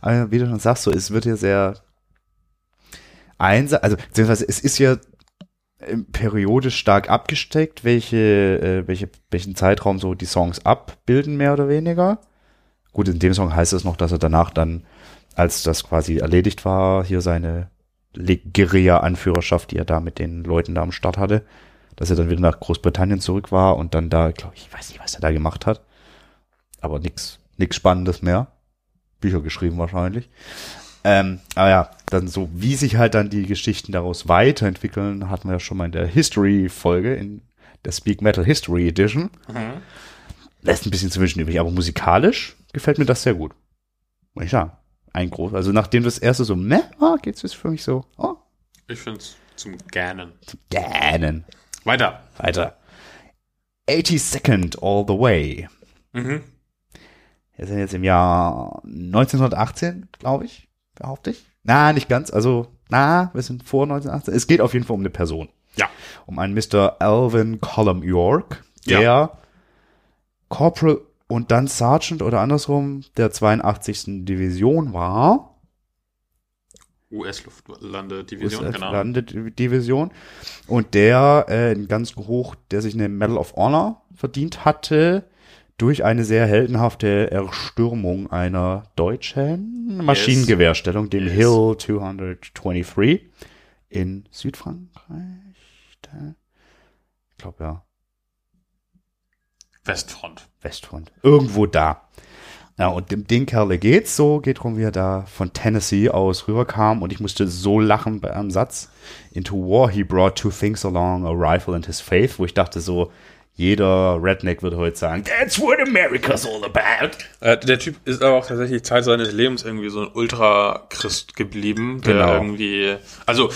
S3: Aber wie du schon sagst, so, es wird hier sehr einsam, also beziehungsweise es ist ja ähm, periodisch stark abgesteckt, welche, äh, welche, welchen Zeitraum so die Songs abbilden, mehr oder weniger. Gut, in dem Song heißt es noch, dass er danach dann als das quasi erledigt war, hier seine Le- Guerilla-Anführerschaft, die er da mit den Leuten da am Start hatte, dass er dann wieder nach Großbritannien zurück war und dann da, glaube ich, ich weiß nicht, was er da gemacht hat, aber nix, nix Spannendes mehr. Bücher geschrieben wahrscheinlich. Ähm, aber ja, dann so, wie sich halt dann die Geschichten daraus weiterentwickeln, hatten wir ja schon mal in der History-Folge, in der Speak Metal History Edition.
S2: Mhm. hm,
S3: Lässt ein bisschen zu wünschen übrig, aber musikalisch gefällt mir das sehr gut. Muss ich sagen. Ein groß. Also nachdem das erste so, meh, war, geht's jetzt für mich so, oh,
S2: Ich find's zum Gähnen.
S3: gähnen.
S2: Weiter.
S3: Weiter. 82nd All the Way.
S2: Mhm.
S3: Wir sind jetzt im Jahr 1918, glaube ich, behaupte ich. Na, nicht ganz. Also, na, wir sind vor 1918. Es geht auf jeden Fall um eine Person.
S2: Ja.
S3: Um einen Mr. Alvin Colum York, der Corporal und dann Sergeant oder andersrum der 82. Division war.
S2: US-Luftlandedivision, genau.
S3: Landedivision. Und der äh, ein ganz hoch, der sich eine Medal of Honor verdient hatte durch eine sehr heldenhafte Erstürmung einer deutschen Maschinengewehrstellung, dem
S2: Yes.
S3: Hill 223 in Südfrankreich. Da- Ich glaube ja.
S2: Westfront.
S3: Westfront. Irgendwo da. Ja, und dem, den Kerle geht's so, geht rum, wie er da von Tennessee aus rüberkam. Und ich musste so lachen bei einem Satz. Into war he brought two things along, a rifle and his faith, wo ich dachte so, jeder Redneck wird heute sagen, that's what America's all about.
S2: Äh, der Typ ist aber auch tatsächlich Zeit seines Lebens irgendwie so ein Ultra-Christ geblieben, der
S3: Genau.
S2: irgendwie, also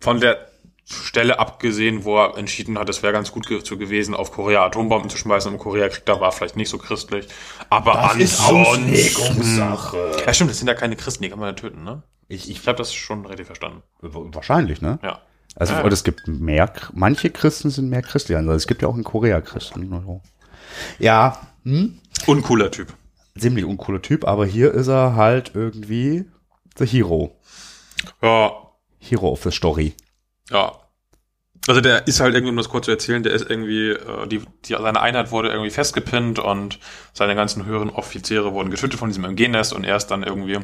S2: von der Stelle abgesehen, wo er entschieden hat, es wäre ganz gut ge zu gewesen, auf Korea Atombomben zu schmeißen im Koreakrieg, da war er vielleicht nicht so christlich. Aber ansonsten. Ja, stimmt, das sind ja keine Christen, die kann man ja töten, ne?
S3: Ich, ich,
S2: Ich habe das schon richtig verstanden.
S3: wahrscheinlich, ne?
S2: Ja.
S3: Also
S2: Ja.
S3: und es gibt mehr, Ch- manche Christen sind mehr christlich, also es gibt ja auch in Korea Christen. und so. Ja, hm?
S2: Uncooler Typ.
S3: ziemlich uncooler Typ, aber hier ist er halt irgendwie the hero.
S2: Ja,
S3: Hero of the Story.
S2: ja. Also der ist halt irgendwie, um das kurz zu erzählen, der ist irgendwie, äh, die, die, seine Einheit wurde irgendwie festgepinnt und seine ganzen höheren Offiziere wurden getötet von diesem MG-Nest und er ist dann irgendwie,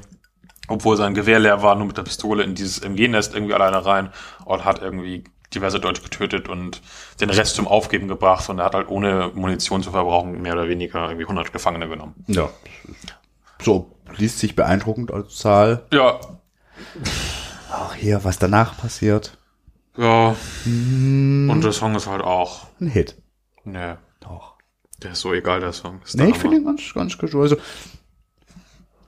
S2: obwohl sein Gewehr leer war, nur mit der Pistole in dieses MG-Nest irgendwie alleine rein und hat irgendwie diverse Deutsche getötet und den Rest zum Aufgeben gebracht und er hat halt ohne Munition zu verbrauchen mehr oder weniger irgendwie 100 Gefangene genommen.
S3: Ja. So liest sich beeindruckend als Zahl.
S2: Ja,
S3: Auch hier, was danach passiert.
S2: ja.
S3: Hm.
S2: Und der Song ist halt auch,
S3: Ein Hit.
S2: ne,
S3: Doch.
S2: der ist so egal, der Song. Ist der
S3: Nee, ich
S2: Hammer.
S3: finde ihn ganz, ganz gut. Also,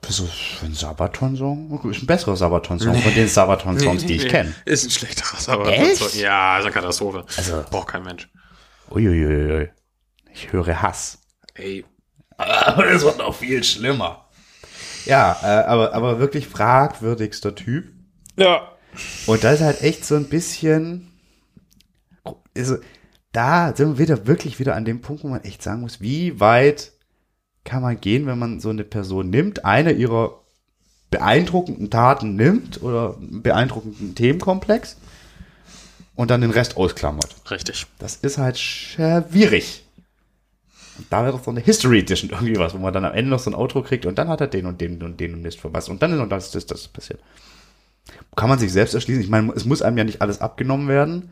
S3: Wieso für ein Sabaton-Song? Oh, Ist ein besserer Sabaton-Song von den Sabaton-Songs, die ich kenne.
S2: Ist ein schlechterer Sabaton.
S3: Echt?
S2: Ja, ist eine Katastrophe.
S3: Also-
S2: Braucht kein Mensch.
S3: Uiuiui. Ich höre Hass.
S2: Ey,
S3: Aber das wird noch viel schlimmer. Ja, äh, aber, aber wirklich fragwürdigster Typ.
S2: Ja.
S3: Und das ist halt echt so ein bisschen. Also, da sind wir wieder, wirklich wieder an dem Punkt, wo man echt sagen muss, wie weit kann man gehen, wenn man so eine Person nimmt, eine ihrer beeindruckenden Taten nimmt oder einen beeindruckenden Themenkomplex und dann den Rest ausklammert.
S2: Richtig.
S3: Das ist halt schwierig. Und da wäre doch so eine History Edition irgendwie was, wo man dann am Ende noch so ein Outro kriegt und dann hat er den und den und den und Mist verpasst und dann ist noch das, das, das passiert. Kann man sich selbst erschließen. Ich meine, es muss einem ja nicht alles abgenommen werden.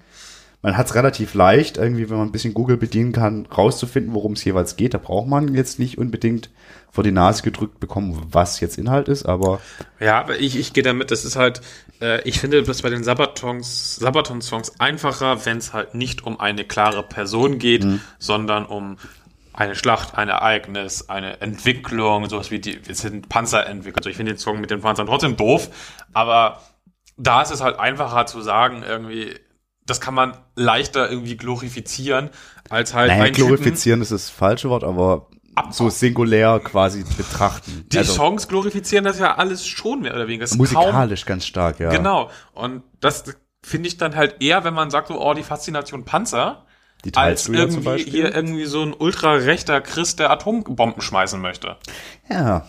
S3: Man hat es relativ leicht, irgendwie, wenn man ein bisschen Google bedienen kann, rauszufinden, worum es jeweils geht. Da braucht man jetzt nicht unbedingt vor die Nase gedrückt bekommen, was jetzt Inhalt ist, aber
S2: Ja, aber ich, ich gehe damit, das ist halt, äh, ich finde das bei den Sabatons, Sabaton-Songs einfacher, wenn es halt nicht um eine klare Person geht,
S3: Mhm.
S2: sondern um eine Schlacht, ein Ereignis, eine Entwicklung, sowas wie die, wir sind Panzer entwickelt. Also ich finde den Song mit den Panzern trotzdem doof, aber da ist es halt einfacher zu sagen, irgendwie, das kann man leichter irgendwie glorifizieren, als halt
S3: naja,
S2: einen Typen-
S3: glorifizieren ist das falsche Wort, aber so singulär quasi betrachten.
S2: Die
S3: Also,
S2: Songs glorifizieren das ja alles schon mehr oder weniger. Das ist kaum
S3: musikalisch ganz stark, ja.
S2: Genau. Und das finde ich dann halt eher, wenn man sagt, so, oh, die Faszination Panzer,
S3: Die
S2: als
S3: teilst du ja zum
S2: irgendwie
S3: Beispiel.
S2: hier irgendwie so ein ultrarechter Christ, der Atombomben schmeißen möchte.
S3: Ja,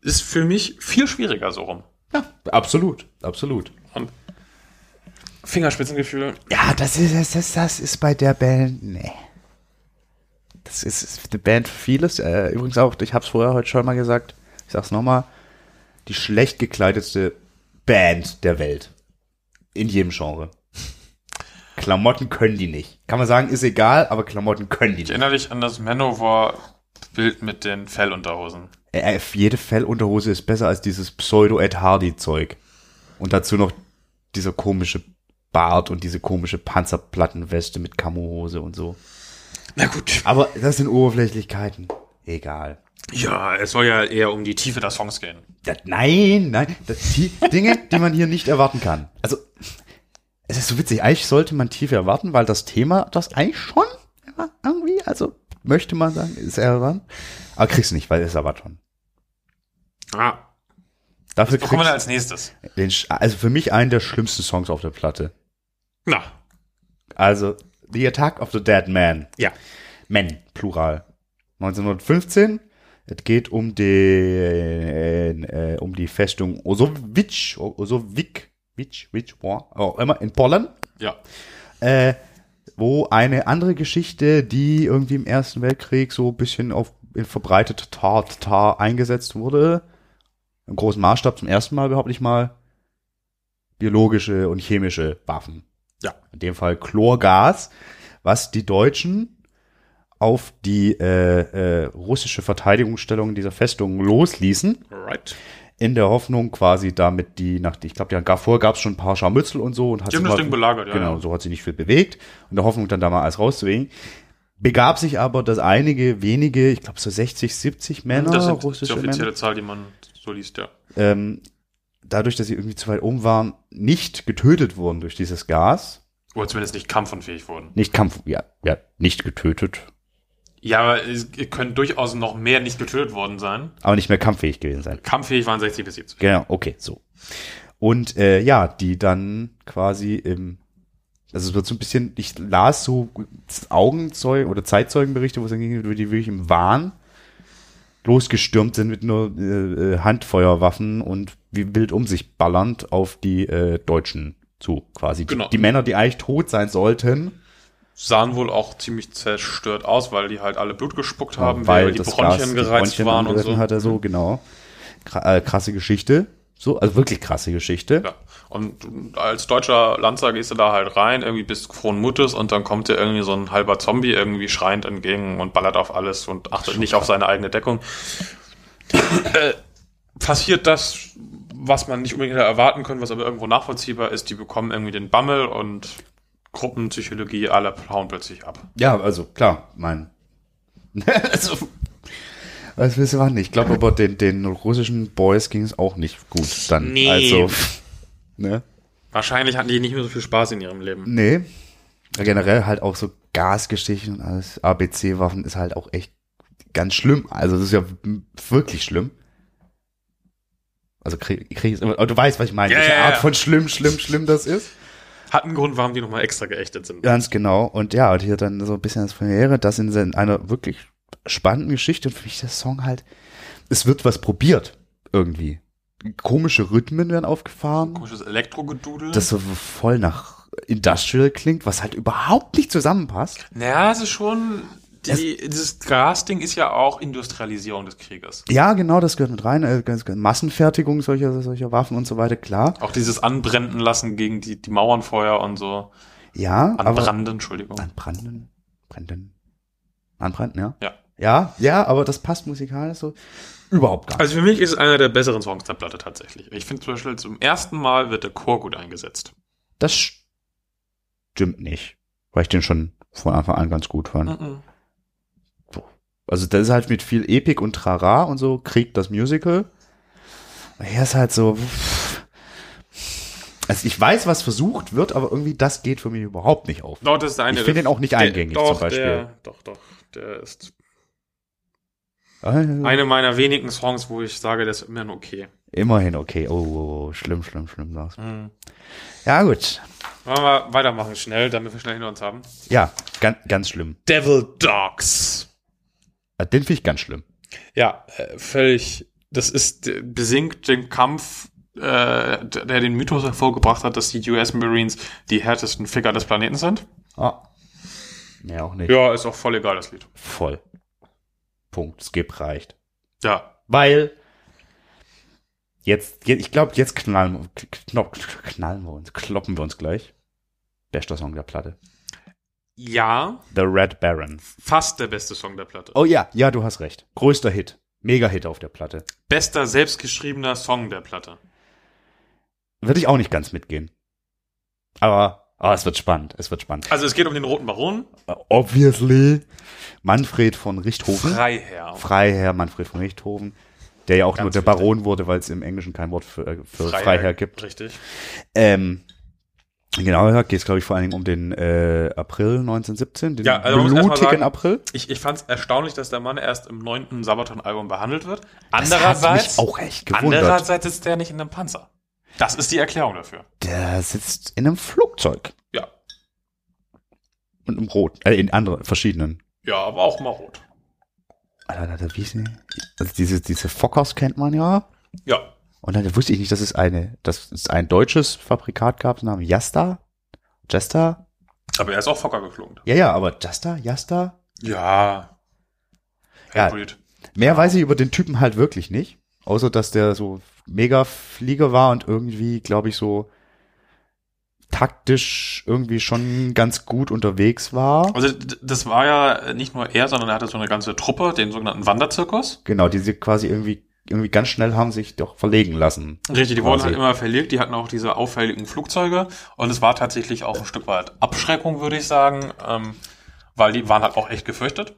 S2: Ist für mich viel schwieriger so rum.
S3: ja, absolut, absolut.
S2: Und Fingerspitzengefühl.
S3: Ja, das ist, das ist, das ist bei der Band, nee. Das ist, ist eine Band für vieles. Äh, übrigens auch, ich hab's vorher heute schon mal gesagt, ich sag's nochmal, die schlecht gekleidetste Band der Welt. In jedem Genre. Klamotten können die nicht. Kann man sagen, ist egal, aber Klamotten können die
S2: Ich
S3: nicht.
S2: erinnere dich an das Manowar-Bild mit den Fellunterhosen.
S3: Äh, äh, jede Fellunterhose ist besser als dieses Pseudo-Ed Hardy-Zeug. Und dazu noch dieser komische Bart und diese komische Panzerplattenweste mit Kamohose und so.
S2: Na gut.
S3: Aber das sind Oberflächlichkeiten. Egal.
S2: Ja, es soll ja eher um die Tiefe der Songs gehen.
S3: Das, nein, nein. Das, die Dinge, die man hier nicht erwarten kann. Also, es ist so witzig. Eigentlich sollte man tief erwarten, weil das Thema, das eigentlich schon ja, irgendwie, also möchte man sagen, ist erwarten. Aber kriegst du nicht, weil es ist Sabaton.
S2: Ah,
S3: Dafür
S2: wo kommen wir denn
S3: kriegst
S2: als nächstes?
S3: du den, Sch- also für mich einen der schlimmsten Songs auf der Platte.
S2: Na,
S3: Also, The Attack of the Dead Man.
S2: ja.
S3: Men, Plural. 1915. Es geht um den, äh, um die Festung Osowicz, O- Osowik, Witsch, Witsch, wo auch immer, in Polen,
S2: Ja.
S3: äh, wo eine andere Geschichte, die irgendwie im Ersten Weltkrieg so ein bisschen auf, in verbreitet Tar, Tar eingesetzt wurde, im großen Maßstab zum ersten Mal, behaupte ich mal, biologische und chemische Waffen.
S2: Ja.
S3: In dem Fall Chlorgas, was die Deutschen auf die äh, äh, russische Verteidigungsstellung dieser Festung losließen,
S2: Right.
S3: in der Hoffnung quasi damit die, nach, ich glaube, ja, vorher gab es schon ein paar Scharmützel und so. Und hat
S2: Die haben
S3: sich
S2: das
S3: mal-
S2: Ding belagert, ja.
S3: Genau, so hat sie nicht viel bewegt. Und der Hoffnung dann da mal alles rauszuwegen. Begab sich aber, dass einige wenige, ich glaube so 60, 70 Männer,
S2: Das ist die
S3: russische
S2: offizielle
S3: Männer,
S2: Zahl, die man so liest, ja.
S3: ähm, dadurch, dass sie irgendwie zu weit oben waren, nicht getötet wurden durch dieses Gas.
S2: Oder zumindest nicht kampfunfähig wurden.
S3: Nicht Kampf, ja, ja, nicht getötet,
S2: Ja, aber es können durchaus noch mehr nicht getötet worden sein.
S3: aber nicht mehr kampffähig gewesen sein.
S2: Kampffähig waren 60 bis 70.
S3: Genau, okay, so. Und äh, ja, die dann quasi im, also es wird so ein bisschen, ich las so Augenzeugen oder Zeitzeugenberichte, wo es dann ging, wo die wirklich im Wahn losgestürmt sind mit nur äh, äh, Handfeuerwaffen und wie wild um sich ballernd auf die äh, Deutschen zu, quasi.
S2: Genau.
S3: Die, die Männer, die eigentlich tot sein sollten,
S2: Sahen wohl auch ziemlich zerstört aus, weil die halt alle Blut gespuckt haben,
S3: weil
S2: die
S3: das Gas
S2: Bronchien
S3: die
S2: gereizt
S3: Bronchien
S2: waren und
S3: angegriffen
S2: so.
S3: hatte, so, genau. Kra äh, krasse Geschichte. So, also wirklich krasse Geschichte.
S2: Ja. Und als deutscher Lanzer gehst du da halt rein, irgendwie bis frohen Mutes und dann kommt dir irgendwie so ein halber Zombie irgendwie schreiend entgegen und ballert auf alles und achtet nicht auf seine eigene Deckung. Äh, Passiert das, was man nicht unbedingt hätte erwarten können, was aber irgendwo nachvollziehbar ist, die bekommen irgendwie den Bammel und Gruppenpsychologie aller hauen plötzlich ab.
S3: Ja, also klar, mein. also, Was willst du machen? Ich glaube aber den, den russischen Boys ging es auch nicht gut dann.
S2: Nee.
S3: Also, ne?
S2: Wahrscheinlich hatten die nicht mehr so viel Spaß in ihrem Leben.
S3: Nee. Generell halt auch so Gasgeschichten und alles. ABC-Waffen ist halt auch echt ganz schlimm. Also das ist ja w- wirklich schlimm. Also Krieg, Krieg ist immer, aber du weißt, was ich meine.
S2: Ja,
S3: Welche
S2: ja,
S3: Art
S2: ja.
S3: von schlimm, schlimm, schlimm das ist.
S2: Hat einen Grund, warum die nochmal extra geächtet sind.
S3: Ganz genau. Und ja, und hier dann so ein bisschen das Premiere, das in se- einer wirklich spannenden Geschichte. Und für mich der Song halt, es wird was probiert. Irgendwie. Komische Rhythmen werden aufgefahren.
S2: Komisches Elektrogedudel.
S3: das so voll nach Industrial klingt, was halt überhaupt nicht zusammenpasst.
S2: naja, es ist schon. Die, dieses Gasding ist ja auch Industrialisierung des Krieges.
S3: Ja, genau, das gehört mit rein. Äh, ganz- ganz- Massenfertigung solcher, solcher Waffen und so weiter, klar.
S2: Auch dieses Anbrennen lassen gegen die, die Mauernfeuer und so.
S3: Ja, aber.
S2: Anbranden, Entschuldigung.
S3: Anbranden. Brennen. Anbranden, ja?
S2: Ja.
S3: Ja, ja, aber das passt musikalisch so überhaupt gar nicht.
S2: Also für mich ist es einer der besseren Songs der Platte tatsächlich. Ich finde zum Beispiel zum ersten Mal wird der Chor gut eingesetzt.
S3: Das st- stimmt nicht. Weil ich den schon von Anfang an ganz gut
S2: Mhm.
S3: fand. Also das ist halt mit viel Epic und Trara und so, Krieg das Musical. Er ist halt so. Also ich weiß, was versucht wird, aber irgendwie das geht für mich überhaupt nicht auf.
S2: Dort ist der eine
S3: Ich finde ihn auch nicht
S2: der-
S3: eingängig
S2: doch,
S3: zum Beispiel.
S2: Der, doch, doch. Der ist
S3: Äh,
S2: eine meiner wenigen Songs, wo ich sage, der ist immerhin okay.
S3: Immerhin okay. Oh, oh, oh, schlimm, schlimm, schlimm. sagst du.
S2: Mhm.
S3: Ja gut.
S2: Wollen wir weitermachen schnell, damit wir schnell hinter uns haben.
S3: Ja, ganz, ganz schlimm.
S2: Devil Dogs.
S3: Äh, Den finde ich ganz schlimm.
S2: Ja, äh, völlig. Das ist äh, besingt den Kampf, äh, der der den Mythos hervorgebracht hat, dass die US Marines die härtesten Ficker des Planeten sind.
S3: Ah. Nee, auch nicht.
S2: Ja, ist auch voll egal, das Lied.
S3: Voll. Punkt. Skip reicht.
S2: Ja,
S3: Weil jetzt, je- ich glaube, jetzt knallen, k- knopp, knallen wir uns, kloppen wir uns gleich. Bester Song der Platte.
S2: Ja,
S3: The Red Baron.
S2: fast der beste Song der Platte.
S3: Oh ja, ja, du hast recht. Größter Hit. Mega-Hit auf der Platte.
S2: Bester selbstgeschriebener Song der Platte.
S3: Würde ich auch nicht ganz mitgehen. Aber, aber es wird spannend. Es wird spannend. Äh,
S2: Also es geht um den Roten Baron,
S3: Obviously. Manfred von Richthofen.
S2: Freiherr.
S3: Freiherr Manfred von Richthofen. Der ja auch
S2: Ganz
S3: nur der
S2: wichtig.
S3: Baron wurde, weil es im Englischen kein Wort für, äh, für Freiherr gibt.
S2: Richtig.
S3: Ähm, genau gesagt, geht es, glaube ich, vor allen Dingen um den äh, April 1917, den
S2: Ja, also man muss erst mal
S3: blutigen
S2: sagen,
S3: April.
S2: Ich, ich fand es erstaunlich, dass der Mann erst im neunten Sabaton-Album behandelt wird.
S3: das hat
S2: Andererseits,
S3: mich auch echt gewundert.
S2: andererseits sitzt der nicht in einem Panzer. Das ist die Erklärung dafür.
S3: Der sitzt in einem Flugzeug
S2: Ja,
S3: und im Rot, äh, in anderen, verschiedenen.
S2: ja, aber auch mal rot.
S3: Alter, Alter, wie ist die? Also diese, diese Fockers kennt man ja.
S2: Ja,
S3: Und dann wusste ich nicht, dass es eine, dass es ein deutsches Fabrikat gab, namens Jasta. Jasta?
S2: aber er ist auch Fokker geklungen.
S3: Ja, ja, aber Jasta, Jasta?
S2: Ja.
S3: Ja.
S2: Hybrid.
S3: Mehr weiß ich über den Typen halt wirklich nicht. Außer, dass der so mega Flieger war und irgendwie, glaube ich, so taktisch irgendwie schon ganz gut unterwegs war.
S2: Also d- das war ja nicht nur er, sondern er hatte so eine ganze Truppe, den sogenannten Wanderzirkus.
S3: Genau, die sie quasi irgendwie, irgendwie ganz schnell haben sich doch verlegen lassen.
S2: Richtig, die wurden
S3: quasi.
S2: halt immer verlegt, die hatten auch diese auffälligen Flugzeuge und es war tatsächlich auch ein Stück weit Abschreckung, würde ich sagen, ähm, weil die waren halt auch echt gefürchtet.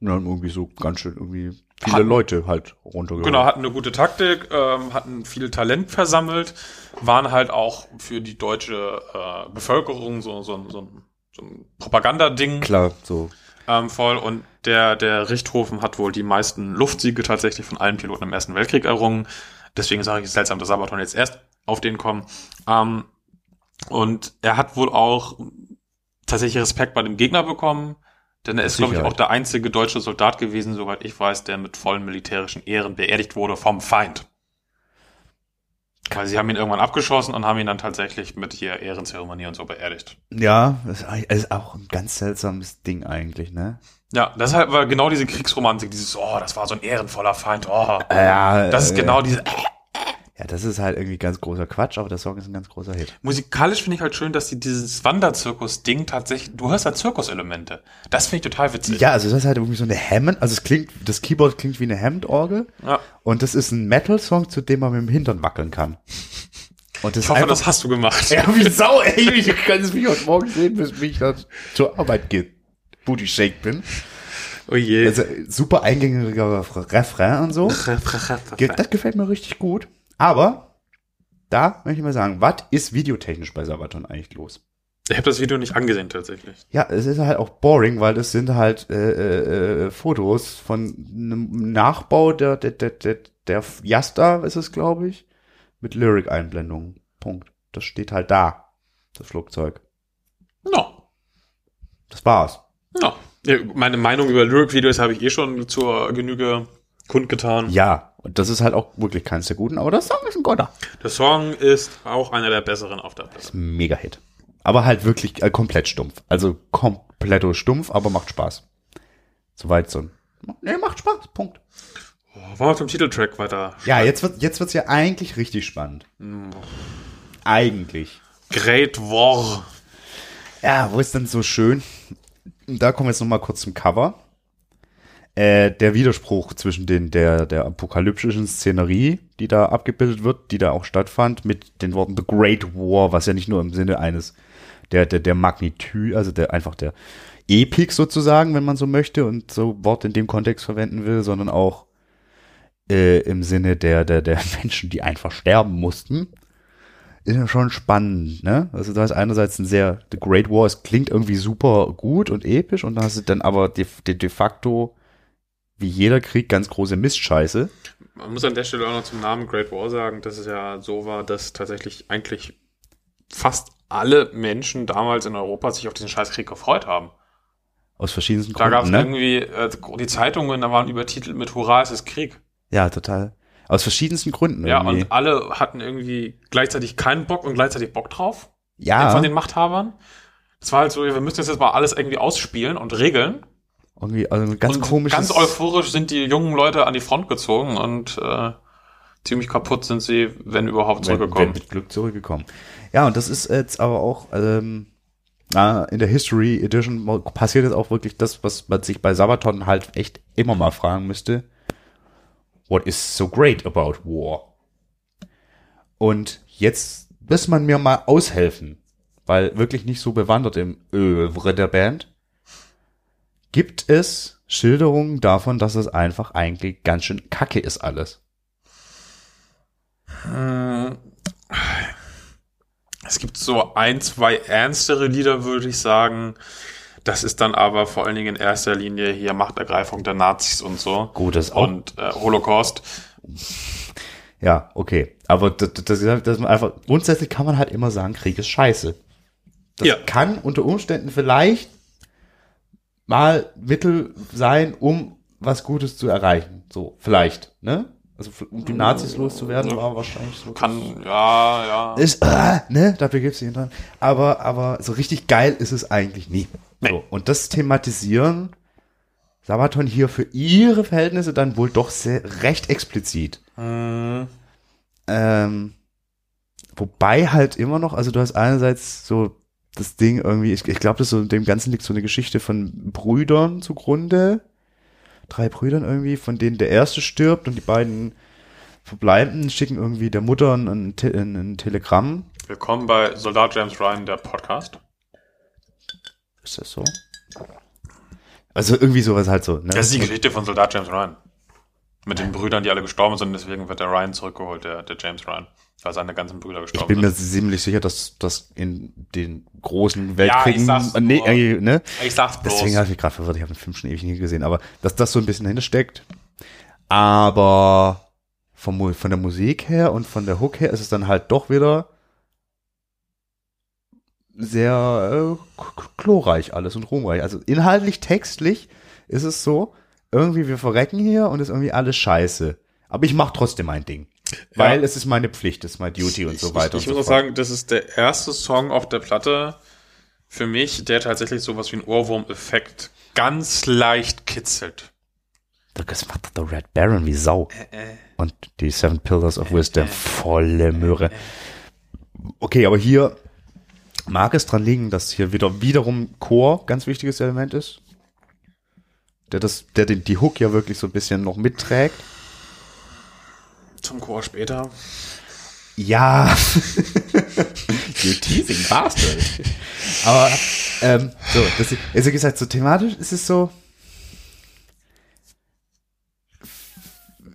S3: Und dann irgendwie so ganz schön irgendwie viele
S2: Hatten-
S3: Leute halt runtergeholt.
S2: Genau, hatten eine gute Taktik, ähm, hatten viel Talent versammelt, waren halt auch für die deutsche äh, Bevölkerung so, so, ein- so, ein- so ein Propagandading
S3: Klar, so.
S2: ähm, voll und der, der Richthofen hat wohl die meisten Luftsiege tatsächlich von allen Piloten im Ersten Weltkrieg errungen. Deswegen sage ich es ist seltsam, dass Sabaton jetzt erst auf den kommen. Ähm, und er hat wohl auch tatsächlich Respekt bei dem Gegner bekommen, denn er ist, glaube ich,
S3: Sicherheit.
S2: auch der einzige deutsche Soldat gewesen, soweit ich weiß, der mit vollen militärischen Ehren beerdigt wurde vom Feind. Weil sie haben ihn irgendwann abgeschossen und haben ihn dann tatsächlich mit hier Ehrenzeremonie und so beerdigt.
S3: Ja, das ist eigentlich- ist auch ein ganz seltsames Ding eigentlich, ne?
S2: Ja, deshalb war genau diese Kriegsromantik, dieses, oh, das war so ein ehrenvoller Feind, oh.
S3: Ja,
S2: das ist
S3: äh,
S2: genau diese.
S3: Ja, das ist halt irgendwie ganz großer Quatsch, aber der Song ist ein ganz großer Hit.
S2: Musikalisch finde ich halt schön, dass sie dieses Wanderzirkus-Ding tatsächlich, du hörst da Zirkuselemente. Das finde ich total witzig.
S3: Ja, also das ist halt irgendwie so eine Hammond, also es klingt, das Keyboard klingt wie eine Hammond-Orgel
S2: Ja.
S3: und das ist ein Metal-Song, zu dem man mit dem Hintern wackeln kann. Und das
S2: Ich hoffe,
S3: ist
S2: das hast du gemacht.
S3: ja, wie Sau, ey, ich kann es mich heute Morgen sehen, bis mich das zur Arbeit geht, booty shake bin.
S2: Oh je.
S3: Also super eingängiger Refra- Refrain und so. Ge- Das gefällt mir richtig gut. Aber da möchte ich mal sagen, was ist videotechnisch bei Sabaton eigentlich los?
S2: Ich habe das Video nicht angesehen tatsächlich.
S3: Ja, es ist halt auch boring, weil das sind halt äh, äh, äh, Fotos von einem Nachbau der, der, der, der, der Yasta ist es, glaube ich, mit Lyric-Einblendungen. Punkt. Das steht halt da, das Flugzeug.
S2: No.
S3: Das war's.
S2: No. Ja, meine Meinung über Lyric-Videos habe ich eh schon zur Genüge kundgetan.
S3: Ja, und das ist halt auch wirklich keins der guten, aber das Song ist ein Gotter.
S2: Der Song ist auch einer der besseren auf der Platte.
S3: Ist ein Mega-Hit. Aber halt wirklich äh, komplett stumpf. Also kompletto stumpf, aber macht Spaß. Soweit so ein. Nee, macht Spaß. Punkt.
S2: Oh, wollen wir zum Titeltrack weiter?
S3: Ja, jetzt wird jetzt wird's ja eigentlich richtig spannend. Eigentlich.
S2: Great War.
S3: Ja, wo ist denn so schön? Und Da kommen wir jetzt noch mal kurz zum Cover. Äh, der Widerspruch zwischen den, der, der apokalyptischen Szenerie, die da abgebildet wird, die da auch stattfand, mit den Worten The Great War, was ja nicht nur im Sinne eines, der, der, der Magnitü, also der, einfach der Epik sozusagen, wenn man so möchte und so Wort in dem Kontext verwenden will, sondern auch äh, im Sinne der, der, der Menschen, die einfach sterben mussten ist ja schon spannend, ne? Also da ist einerseits ein sehr, The Great War, es klingt irgendwie super gut und episch und da hast du dann aber de, de, de facto, wie jeder Krieg, ganz große Mistscheiße.
S2: Man muss an der Stelle auch noch zum Namen Great War sagen, dass es ja so war, dass tatsächlich eigentlich fast alle Menschen damals in Europa sich auf diesen Scheißkrieg gefreut haben.
S3: Aus verschiedensten
S2: Da gab es
S3: Gründen, ne?
S2: irgendwie äh, die Zeitungen, da waren übertitelt mit Hurra, es ist Krieg.
S3: Ja, total. Aus verschiedensten Gründen
S2: Ja,
S3: irgendwie.
S2: und alle hatten irgendwie gleichzeitig keinen Bock und gleichzeitig Bock drauf
S3: ja,
S2: von den Machthabern. Es war halt so, wir müssen jetzt jetzt mal alles irgendwie ausspielen und regeln.
S3: irgendwie also ein ganz
S2: und
S3: komisches.
S2: ganz euphorisch sind die jungen Leute an die Front gezogen und äh, ziemlich kaputt sind sie, wenn überhaupt,
S3: Wenn, wenn
S2: zurückgekommen.
S3: mit Glück zurückgekommen. Ja, und das ist jetzt aber auch ähm, na, in der History Edition mo- passiert jetzt auch wirklich das, was man sich bei Sabaton halt echt immer mal fragen müsste. What is so great about war? Und jetzt muss man mir mal aushelfen, weil wirklich nicht so bewandert im Övre der Band. Gibt es Schilderungen davon, dass es einfach eigentlich ganz schön kacke ist alles?
S2: Äh, Es gibt so ein, zwei ernstere Lieder, würde ich sagen. Das ist dann aber vor allen Dingen in erster Linie hier Machtergreifung der Nazis und so.
S3: Gut, das ist auch
S2: Und äh, Holocaust.
S3: Ja, okay. Aber das, das, das, das man einfach, grundsätzlich kann man halt immer sagen, Krieg ist scheiße. Das
S2: Ja.
S3: kann unter Umständen vielleicht mal Mittel sein, um was Gutes zu erreichen. So, vielleicht, ne? Also, um die Nazis loszuwerden, war wahrscheinlich so.
S2: Kann, ja, ja.
S3: Ist, äh, ne? Dafür gibt's ihn dran. Aber, aber so richtig geil ist es eigentlich nie.
S2: Nee.
S3: So, und das thematisieren Sabaton hier für ihre Verhältnisse dann wohl doch sehr, recht explizit. Äh.
S2: Mhm.
S3: Ähm, wobei halt immer noch, also du hast einerseits so das Ding irgendwie, ich, ich glaube, das so dem Ganzen liegt so eine Geschichte von Brüdern zugrunde. Drei Brüdern irgendwie, von denen der erste stirbt und die beiden verbleibenden schicken irgendwie der Mutter ein, ein, Te- ein, ein Telegramm.
S2: Willkommen bei Soldat James Ryan, der Podcast.
S3: Ist das so? Also irgendwie sowas halt so. Ne?
S2: Das ist die Geschichte von Soldat James Ryan. Mit den Brüdern, die alle gestorben sind, deswegen wird der Ryan zurückgeholt, der, der James Ryan. Weil seine ganzen Brüder
S3: ich
S2: gestorben
S3: bin
S2: sind.
S3: mir ziemlich sicher, dass das in den großen
S2: Ja, ich
S3: Weltkriegen.
S2: sag's
S3: nee,
S2: nur.
S3: äh, ne?
S2: Ich sag's bloß.
S3: Deswegen habe ich mich gerade verwirrt, ich habe den Film schon ewig nicht gesehen, aber dass das so ein bisschen dahinter steckt. Aber vom, Mu- von der Musik her und von der Hook her ist es dann halt doch wieder sehr äh, k- k- glorreich alles und ruhmreich. Also inhaltlich, textlich ist es so, irgendwie wir verrecken hier und ist irgendwie alles scheiße. Aber ich mache trotzdem mein Ding. Weil es ist meine Pflicht, es ist mein Duty und so weiter.
S2: Ich, ich
S3: und
S2: muss
S3: so
S2: auch
S3: fort.
S2: sagen, das ist der erste Song auf der Platte für mich, der tatsächlich sowas wie einen Ohrwurm-Effekt ganz leicht kitzelt.
S3: Das macht der Red Baron wie Sau. Und die Seven Pillars of Wisdom, volle Möhre. Okay, aber hier mag es dran liegen, dass hier wieder wiederum Chor ganz wichtiges Element ist. Der, das, der den, die Hook ja wirklich so ein bisschen noch mitträgt.
S2: Zum Chor später.
S3: Ja. you teasing bastard. Aber, ähm, so, das, also wie gesagt, so thematisch ist es so,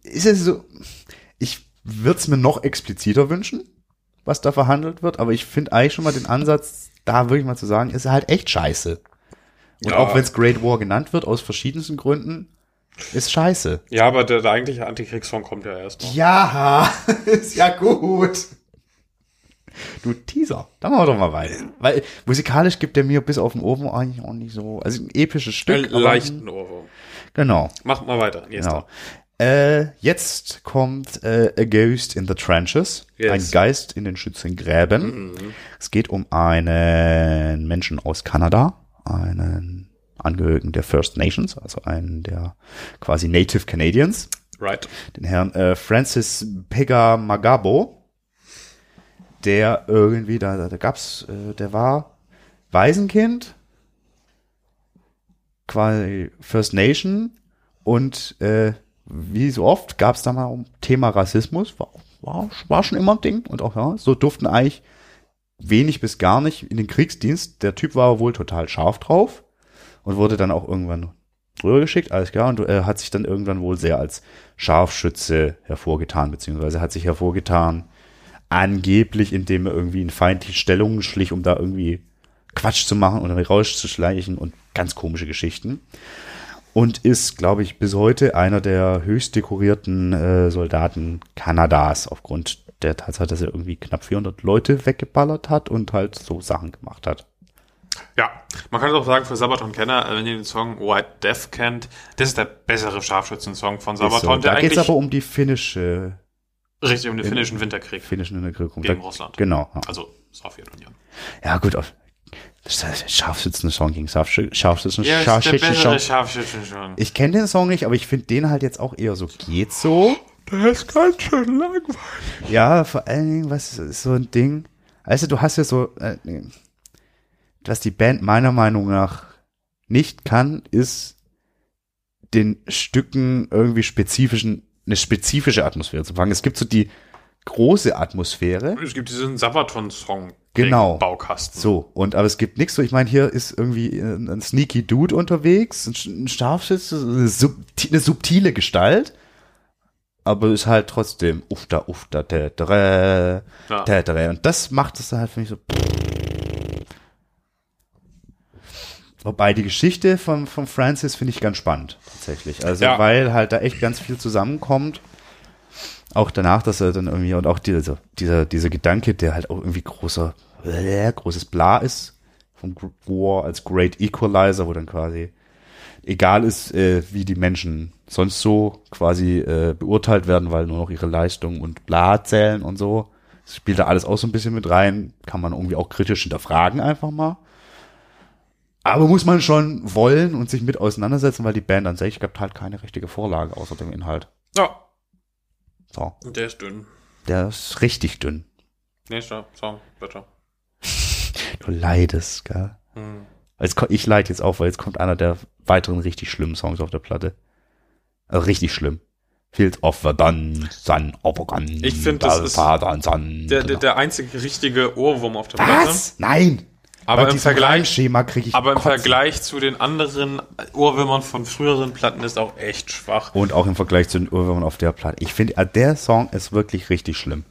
S3: ist es so, ich würde es mir noch expliziter wünschen, was da verhandelt wird, aber ich finde eigentlich schon mal den Ansatz, da wirklich mal zu sagen, ist halt echt scheiße. Und
S2: Ja.
S3: auch wenn es Great War genannt wird, aus verschiedensten Gründen, ist scheiße.
S2: Ja, aber der, der eigentliche Antikriegsfonds kommt ja erst noch.
S3: Ja, ist ja gut. Du Teaser, da machen wir doch mal weiter. Weil musikalisch gibt er mir bis auf den Ofen eigentlich auch nicht so. Also ein episches
S2: Einen
S3: Stück. aber-
S2: Leichten Ohrwurm.
S3: Genau.
S2: Macht mal weiter. Yes,
S3: Genau. Äh, jetzt kommt äh, A Ghost in the Trenches.
S2: Yes.
S3: Ein Geist in den Schützengräben. Es geht um einen Menschen aus Kanada, einen Angehörigen der First Nations, also einen der quasi Native Canadians,
S2: Right.
S3: den Herrn äh, Francis Pega Magabo, der irgendwie, da, da- da gab's, äh, der war Waisenkind, quasi First Nation und äh, wie so oft gab es da mal um Thema Rassismus, war, war, war schon immer ein Ding und auch ja, so durften eigentlich wenig bis gar nicht in den Kriegsdienst. Der Typ war wohl total scharf drauf und wurde dann auch irgendwann rübergeschickt, alles klar, und äh, hat sich dann irgendwann wohl sehr als Scharfschütze hervorgetan, beziehungsweise hat sich hervorgetan, angeblich, indem er irgendwie in feindliche Stellungen schlich, um da irgendwie Quatsch zu machen oder rauszuschleichen und ganz komische Geschichten. Und ist, glaube ich, bis heute einer der höchst dekorierten äh, Soldaten Kanadas, aufgrund der Tatsache, dass er irgendwie knapp 400 Leute weggeballert hat und halt so Sachen gemacht hat.
S2: Ja, man kann es auch sagen, für Sabaton-Kenner, äh, wenn ihr den Song White Death kennt, das ist der bessere Scharfschützen-Song von
S3: Ist so.
S2: Sabaton, der
S3: Da geht es
S2: eigentlich
S3: aber um die finnische,
S2: richtig um den finnischen Winterkrieg.
S3: finnischen Unterkriegung.
S2: Gegen
S3: Da-
S2: Russland.
S3: Genau. ja.
S2: Also Sowjetunion.
S3: Ja, gut. Auf, das heißt, Scharfschützen-Song gegen Scharfschü- Scharfschützen.
S2: Ja, ist der
S3: Scharfschützen-Song.
S2: bessere Scharfschützen-Song.
S3: Ich kenne den Song nicht, aber ich finde den halt jetzt auch eher so. Geht so?
S2: Der ist ganz schön langweilig.
S3: Ja, vor allen Dingen, was ist so ein Ding? Also, du hast ja so. Äh, nee. was die Band meiner Meinung nach nicht kann, ist den Stücken irgendwie spezifischen, eine spezifische Atmosphäre zu fangen. Es gibt so die große Atmosphäre.
S2: Es gibt diesen Sabaton-Song.
S3: Genau.
S2: gegen Baukasten.
S3: So, und aber es gibt nichts so. Ich meine, hier ist irgendwie ein, ein sneaky Dude unterwegs, ein, Sch- ein Scharfschütze, eine, subti eine subtile Gestalt, aber ist halt trotzdem uff da, uff da, tätere,
S2: Ja.
S3: tätere. Und das macht es dann halt für mich so. Wobei die Geschichte von, von Francis finde ich ganz spannend, tatsächlich. Also,
S2: Ja.
S3: weil halt da echt ganz viel zusammenkommt auch danach, dass er dann irgendwie und auch dieser, dieser, dieser Gedanke, der halt auch irgendwie großer, äh, großes Bla ist, vom Gr- War als Great Equalizer, wo dann quasi egal ist, äh, wie die Menschen sonst so quasi äh, beurteilt werden, weil nur noch ihre Leistung und Bla zählen und so. Das spielt da alles auch so ein bisschen mit rein, kann man irgendwie auch kritisch hinterfragen einfach mal. Aber muss man schon wollen und sich mit auseinandersetzen, weil die Band an sich gab halt keine richtige Vorlage außer dem Inhalt.
S2: Ja,
S3: So.
S2: der ist dünn.
S3: Der ist richtig dünn.
S2: Nächster Song, bitte.
S3: Du leidest, gell?
S2: Hm.
S3: Jetzt, ko- ich leid jetzt auch, weil jetzt kommt einer der weiteren richtig schlimmen Songs auf der Platte. Also richtig schlimm. Fields of the Dun, Sun of a Gun.
S2: Ich find, das ist
S3: Father, Sun.
S2: Der, der, der einzige richtige Ohrwurm auf der Platte.
S3: Was? Nein!
S2: Aber
S3: Bei
S2: im
S3: diesem
S2: Vergleich,
S3: Schema kriege ich
S2: aber im
S3: Kotzen.
S2: Vergleich zu den anderen Ohrwürmern von früheren Platten ist auch echt schwach.
S3: Und auch im Vergleich zu den Ohrwürmern auf der Platte. Ich finde, äh, der Song ist wirklich richtig schlimm.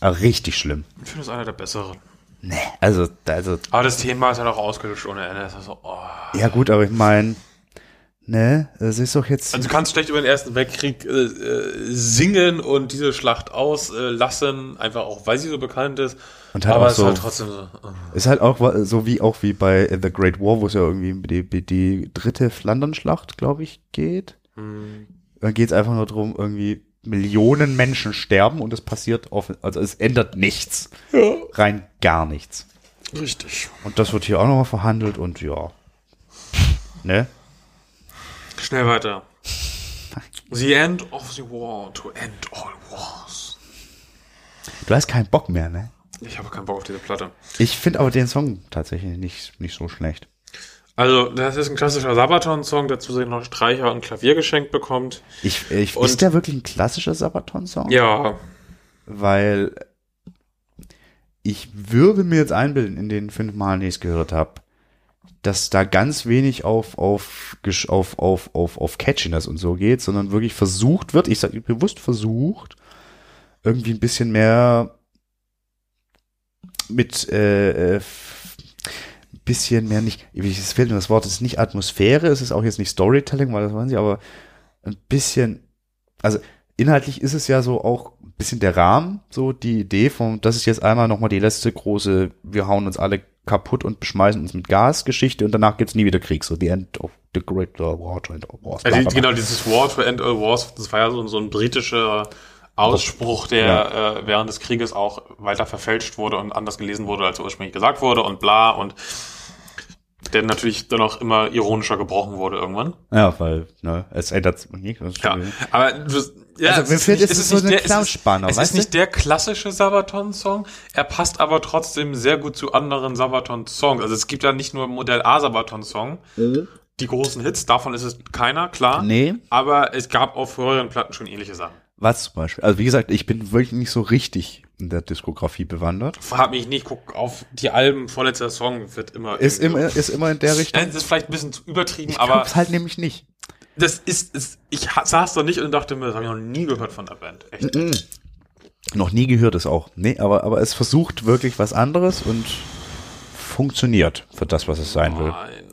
S3: Äh, Richtig schlimm.
S2: Ich finde, das ist einer der besseren.
S3: Nee, also, also
S2: Aber das Thema ist ja noch ausgelöscht ohne Ende. Das ist so, oh.
S3: ja gut, aber ich meine, ne, es ist doch jetzt...
S2: Also du kannst schlecht über den Ersten Weltkrieg äh, äh, singen und diese Schlacht auslassen, einfach auch, weil sie so bekannt ist.
S3: Und halt
S2: aber
S3: auch
S2: es
S3: so-
S2: ist halt trotzdem so. äh.
S3: Ist halt auch wa- so wie auch wie bei äh, The Great War, wo es ja irgendwie um die, die- die dritte Flandernschlacht, glaube ich, geht. Dann geht es einfach nur darum, irgendwie Millionen Menschen sterben und es passiert offen, also es ändert nichts. Rein gar nichts.
S2: Richtig.
S3: Und das wird hier auch nochmal verhandelt und ja. Ne?
S2: Schnell weiter. The end of the war to end all wars.
S3: Du hast keinen Bock mehr, ne?
S2: Ich habe keinen Bock auf diese Platte.
S3: Ich finde aber den Song tatsächlich nicht, nicht so schlecht.
S2: Also, das ist ein klassischer Sabaton-Song, dazu sich noch Streicher und Klavier geschenkt bekommt.
S3: Ich, ich,
S2: Und-
S3: ist der wirklich ein klassischer Sabaton-Song?
S2: Ja, äh,
S3: weil ich würde mir jetzt einbilden, in den fünf Malen, die ich es gehört habe, dass da ganz wenig auf, auf, gesch- auf, auf, auf, auf Catchiness und so geht, sondern wirklich versucht wird, ich sage bewusst versucht, irgendwie ein bisschen mehr mit, äh, äh, f- ein bisschen mehr nicht, es fehlt mir das Wort, es ist nicht Atmosphäre, es ist auch jetzt nicht Storytelling, weil das waren sie, aber ein bisschen, also inhaltlich ist es ja so auch ein bisschen der Rahmen, so die Idee von, das ist jetzt einmal nochmal die letzte große, wir hauen uns alle kaputt und beschmeißen uns mit Gas Geschichte und danach gibt's nie wieder Krieg, so the end of the great war and wars.
S2: Also
S3: bla, bla, bla.
S2: genau, dieses War to End All Wars, das war ja so, so ein britischer Ausspruch, der äh, während des Krieges auch weiter verfälscht wurde und anders gelesen wurde, als ursprünglich gesagt wurde und bla und der natürlich dann auch immer ironischer gebrochen wurde irgendwann.
S3: Ja, weil, ne, es ändert nicht.
S2: Ja, aber du- ja,
S3: Mhm. Also, mir fehlt- es ist so eine
S2: der- es
S3: Knautschspanne,
S2: Es
S3: weißt
S2: ist
S3: du?
S2: nicht der klassische Sabaton-Song, er passt aber trotzdem sehr gut zu anderen Sabaton-Songs. Also es gibt ja nicht nur Modell A Sabaton-Song, die großen Hits, davon ist es keiner, klar.
S3: Nee.
S2: Aber es gab auf früheren Platten schon ähnliche Sachen.
S3: Was zum Beispiel? Also wie gesagt, ich bin wirklich nicht so richtig in der Diskografie bewandert.
S2: Frag mich nicht, guck auf die Alben, vorletzter Song wird immer.
S3: Ist immer,
S2: irgendwie-
S3: ist immer in der Richtung.
S2: Nein, Das ist vielleicht ein bisschen zu übertrieben,
S3: Ich
S2: aber
S3: glaub's halt nämlich nicht.
S2: das ist, ist. Ich ha- saß da nicht und dachte mir, das habe ich noch nie gehört von der Band. Echt.
S3: Mhm. Noch nie gehört es auch. Nee, aber, aber es versucht wirklich was anderes und funktioniert für das, was es sein will.
S2: Nein.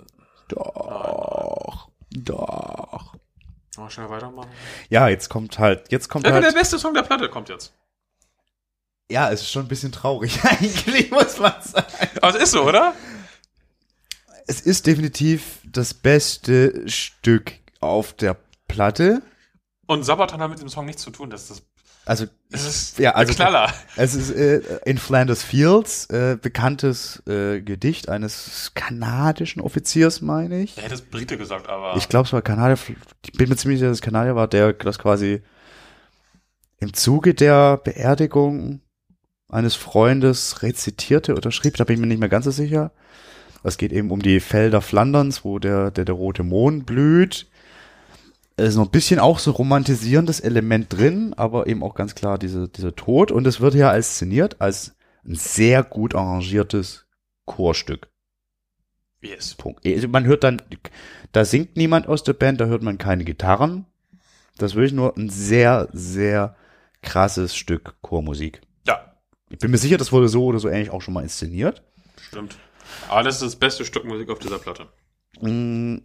S3: Doch. Doch.
S2: Mal schnell weitermachen.
S3: Ja, jetzt kommt halt, jetzt kommt
S2: Ja, genau, der
S3: halt.
S2: beste Song der Platte kommt jetzt.
S3: Ja, es ist schon ein bisschen traurig eigentlich, muss man sagen.
S2: Aber es Also ist so, oder?
S3: Es ist definitiv das beste Stück auf der Platte.
S2: Und Sabaton hat mit dem Song nichts zu tun. Das ist,
S3: Also,
S2: das ist
S3: ja, also
S2: ein Knaller.
S3: Es ist äh, in Flanders Fields, äh, bekanntes äh, Gedicht eines kanadischen Offiziers, meine ich.
S2: Er hätte es Brite gesagt, aber.
S3: Ich glaube, es war Kanadier. Ich bin mir ziemlich sicher, dass es Kanadier war, der das quasi im Zuge der Beerdigung eines Freundes rezitierte oder schrieb. Da bin ich mir nicht mehr ganz so sicher. Es geht eben um die Felder Flanderns, wo der, der, der rote Mohn blüht. Es ist noch ein bisschen auch so romantisierendes Element drin, aber eben auch ganz klar diese, dieser Tod. Und es wird hier als szeniert, als ein sehr gut arrangiertes Chorstück.
S2: yes.
S3: Punkt. Also man hört dann, da singt niemand aus der Band, da hört man keine Gitarren. Das ist wirklich nur ein sehr, sehr krasses Stück Chormusik.
S2: Ja,
S3: Ich bin mir sicher, das wurde so oder so ähnlich auch schon mal inszeniert.
S2: stimmt. Aber das ist das beste Stück Musik auf dieser Platte.
S3: Mm.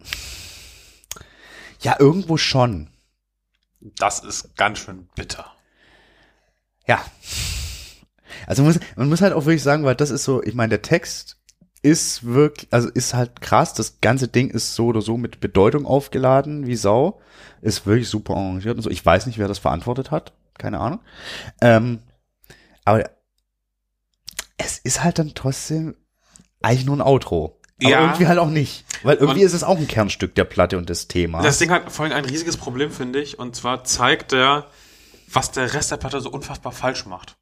S3: Ja, irgendwo schon.
S2: Das ist ganz schön bitter.
S3: Ja. Also man muss, man muss halt auch wirklich sagen, weil das ist so, ich meine, der Text ist wirklich, also ist halt krass, das ganze Ding ist so oder so mit Bedeutung aufgeladen, wie Sau. Ist wirklich super arrangiert und so. Ich weiß nicht, wer das verantwortet hat. Keine Ahnung. Ähm, aber es ist halt dann trotzdem eigentlich nur ein Outro. Aber
S2: Ja.
S3: irgendwie halt auch nicht. Weil irgendwie
S2: Und-
S3: ist es auch ein Kernstück der Platte und des Themas.
S2: Das Ding hat vor allem ein riesiges Problem, finde ich. Und zwar zeigt er, was der Rest der Platte so unfassbar falsch macht.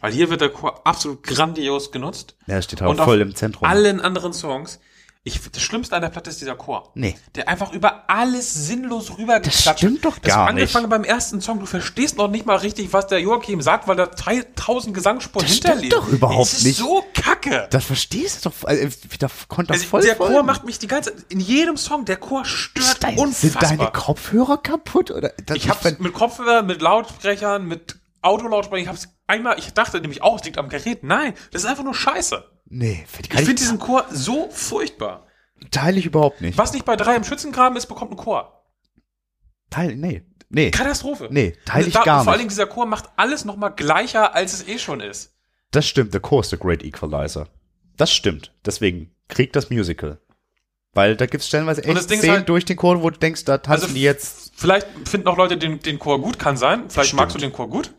S2: Weil hier wird der Chor absolut grandios genutzt.
S3: ja, steht halt
S2: Und auf
S3: voll im Zentrum.
S2: Allen anderen Songs. Ich, das Schlimmste an der Platte ist dieser Chor.
S3: Nee.
S2: Der einfach über alles sinnlos rübergeklatscht.
S3: Das stimmt doch
S2: das
S3: gar
S2: Angefangen beim ersten Song, du verstehst noch nicht mal richtig, was der Joachim sagt, weil da tei- tausend Gesangsspuren
S3: Das stimmt
S2: hinterliegen.
S3: doch überhaupt
S2: Es ist
S3: nicht.
S2: so kacke.
S3: Das verstehst du doch. Also, ich- da konnte
S2: Also
S3: voll
S2: der Chor
S3: folgen.
S2: macht mich die ganze in jedem Song, der Chor stört
S3: Stein, sind
S2: unfassbar.
S3: deine Kopfhörer kaputt oder? Das,
S2: Ich hab's mit Kopfhörer, mit Lautsprechern, mit Autolautsprechern, ich hab's einmal, ich dachte nämlich auch, es liegt am Gerät. Nein, das ist einfach nur scheiße.
S3: nee, find,
S2: Ich finde diesen Chor so furchtbar.
S3: teile ich überhaupt nicht.
S2: Was nicht bei drei im Schützengraben ist, bekommt ein Chor.
S3: Teil, nee, nee.
S2: Katastrophe.
S3: Nee, teil ich
S2: Da-
S3: gar
S2: Vor
S3: nicht.
S2: allen Dingen dieser Chor macht alles nochmal gleicher, als es eh schon ist.
S3: Das stimmt. Der Chor ist der Great Equalizer. Das stimmt. Deswegen kriegt das Musical, weil da gibt's stellenweise
S2: das
S3: echt
S2: Ding ist
S3: Szenen
S2: halt-
S3: durch den Chor, wo du denkst, da tanzen
S2: Also-
S3: die jetzt.
S2: Vielleicht finden auch Leute den, den Chor gut, kann sein. Vielleicht
S3: Stimmt.
S2: magst du den Chor gut.